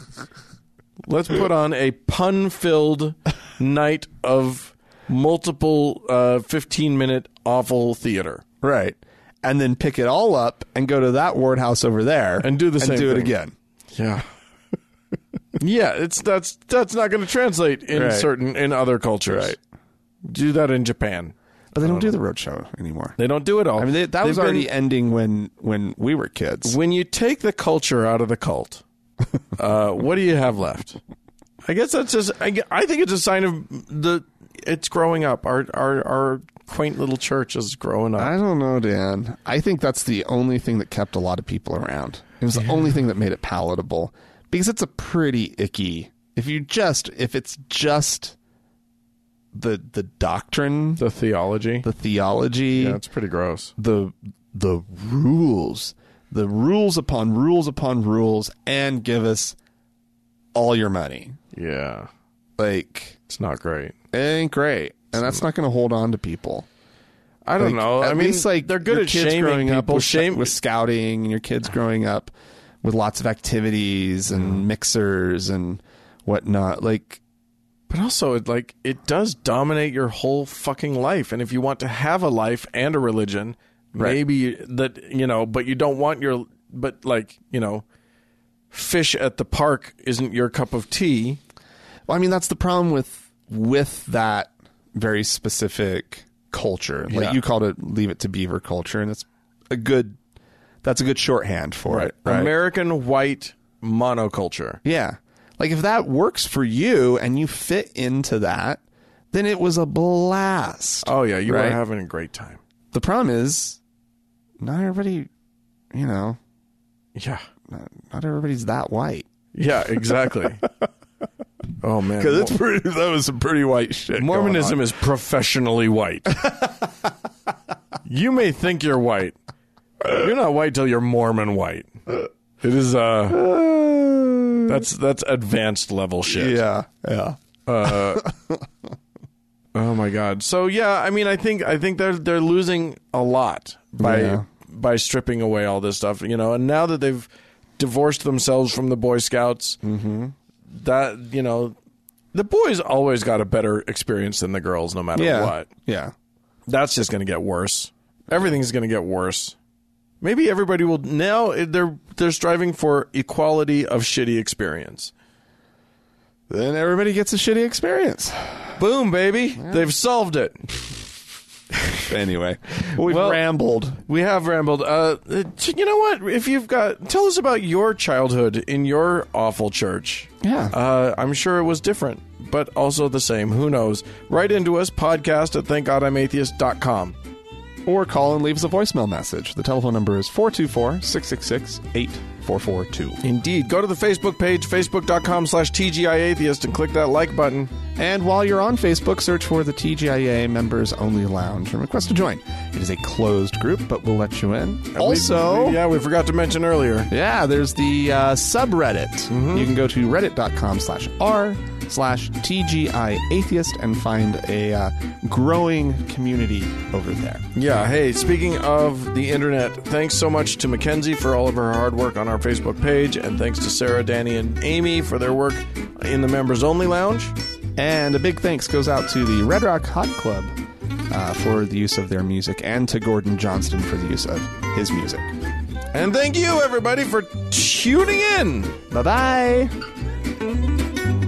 Speaker 1: Let's put on a pun-filled night of multiple uh, fifteen-minute awful theater.
Speaker 2: Right. And then pick it all up and go to that ward house over there
Speaker 1: And do the same
Speaker 2: do it
Speaker 1: thing.
Speaker 2: again.
Speaker 1: Yeah, yeah. It's that's that's not going to translate in
Speaker 2: Right.
Speaker 1: certain in other cultures.
Speaker 2: Right.
Speaker 1: Do that in Japan.
Speaker 2: But they don't do the road show anymore.
Speaker 1: They don't do it all.
Speaker 2: I mean, Um, they, that
Speaker 1: They've
Speaker 2: was
Speaker 1: been-
Speaker 2: already ending when when we were kids.
Speaker 1: when you take the culture out of the cult. uh, what do you have left? I guess that's just. I, gue- I think it's a sign of the. It's growing up. Our our our quaint little church is growing up.
Speaker 2: I don't know, Dan. I think that's the only thing that kept a lot of people around. It was the only thing that made it palatable because it's a pretty icky. If you just if it's just the the doctrine,
Speaker 1: the theology.
Speaker 2: the theology,
Speaker 1: yeah, it's pretty gross.
Speaker 2: the the rules, the rules upon rules upon rules, and give us all your money.
Speaker 1: Yeah,
Speaker 2: Like
Speaker 1: it's not great.
Speaker 2: it ain't great, and that's not going to hold on to people.
Speaker 1: I don't
Speaker 2: Like,
Speaker 1: know.
Speaker 2: At
Speaker 1: I mean,
Speaker 2: least, like
Speaker 1: they're good
Speaker 2: your
Speaker 1: at
Speaker 2: kids
Speaker 1: shaming
Speaker 2: growing up
Speaker 1: people.
Speaker 2: with,
Speaker 1: Shame
Speaker 2: with scouting, and your kids growing up with lots of activities
Speaker 1: Mm-hmm.
Speaker 2: and mixers and whatnot. Like,
Speaker 1: But also, it like it does dominate your whole fucking life. And if you want to have a life and a religion, maybe you- that you know, but you don't want your but like you know, fish at the park isn't your cup of tea.
Speaker 2: well, I mean, that's the problem with with that very specific culture.
Speaker 1: Yeah.
Speaker 2: Like you called it, leave it to Beaver culture, and it's a good. That's a good shorthand for it. Right?
Speaker 1: American white monoculture.
Speaker 2: Yeah. Like if that works for you and you fit into that, then it was a blast.
Speaker 1: Oh yeah, you
Speaker 2: Right.
Speaker 1: are having a great time.
Speaker 2: the problem is not everybody you know
Speaker 1: Yeah,
Speaker 2: not, not everybody's that white
Speaker 1: yeah, exactly. oh man,
Speaker 2: pretty that was some pretty white shit
Speaker 1: Mormonism is professionally white. you may think you're white. You're not white till you're Mormon white. It is uh That's that's advanced level shit.
Speaker 2: Yeah, yeah. Uh,
Speaker 1: Oh my god. So yeah, I mean, I think I think they're they're losing a lot by
Speaker 2: Yeah.
Speaker 1: by stripping away all this stuff, you know. And now that they've divorced themselves from the Boy Scouts,
Speaker 2: Mm-hmm.
Speaker 1: that you know, the boys always got a better experience than the girls, no matter
Speaker 2: Yeah.
Speaker 1: what.
Speaker 2: Yeah.
Speaker 1: That's just going to get worse. Everything's going to get worse. Maybe everybody will now. They're they're striving for equality of shitty experience.
Speaker 2: Then everybody gets a shitty experience.
Speaker 1: Boom, baby! They've solved it.
Speaker 2: Anyway, we've
Speaker 1: Well-
Speaker 2: rambled.
Speaker 1: We have rambled. Uh, t- you know what? If you've got, tell us about your childhood in your awful church.
Speaker 2: Yeah.
Speaker 1: Uh, I'm sure it was different, but also the same. Who knows? Write into us, podcast at thankgodimatheist.com.
Speaker 2: Or call and leave us a voicemail message. The telephone number is 424 666 8442.
Speaker 1: Indeed. Go to the Facebook page, facebook.com slash TGIAtheist, and click that like button.
Speaker 2: And while you're on Facebook, search for the TGIA Members Only Lounge and request to join. It is a closed group, but we'll let you in. also,
Speaker 1: We-
Speaker 2: yeah.
Speaker 1: yeah, we forgot to mention earlier.
Speaker 2: there's the uh, subreddit.
Speaker 1: Mm-hmm.
Speaker 2: You can go to reddit.com slash r slash TGI Atheist and find a uh, growing community over there.
Speaker 1: Yeah, hey, speaking of the internet, thanks so much to Mackenzie for all of her hard work on our Facebook page, and thanks to Sarah, Danny, and Amy for their work in the Members Only Lounge.
Speaker 2: And a big thanks goes out to the Red Rock Hot Club uh, for the use of their music and to Gordon Johnston for the use of his music.
Speaker 1: And thank you, everybody, for tuning in.
Speaker 2: Bye bye!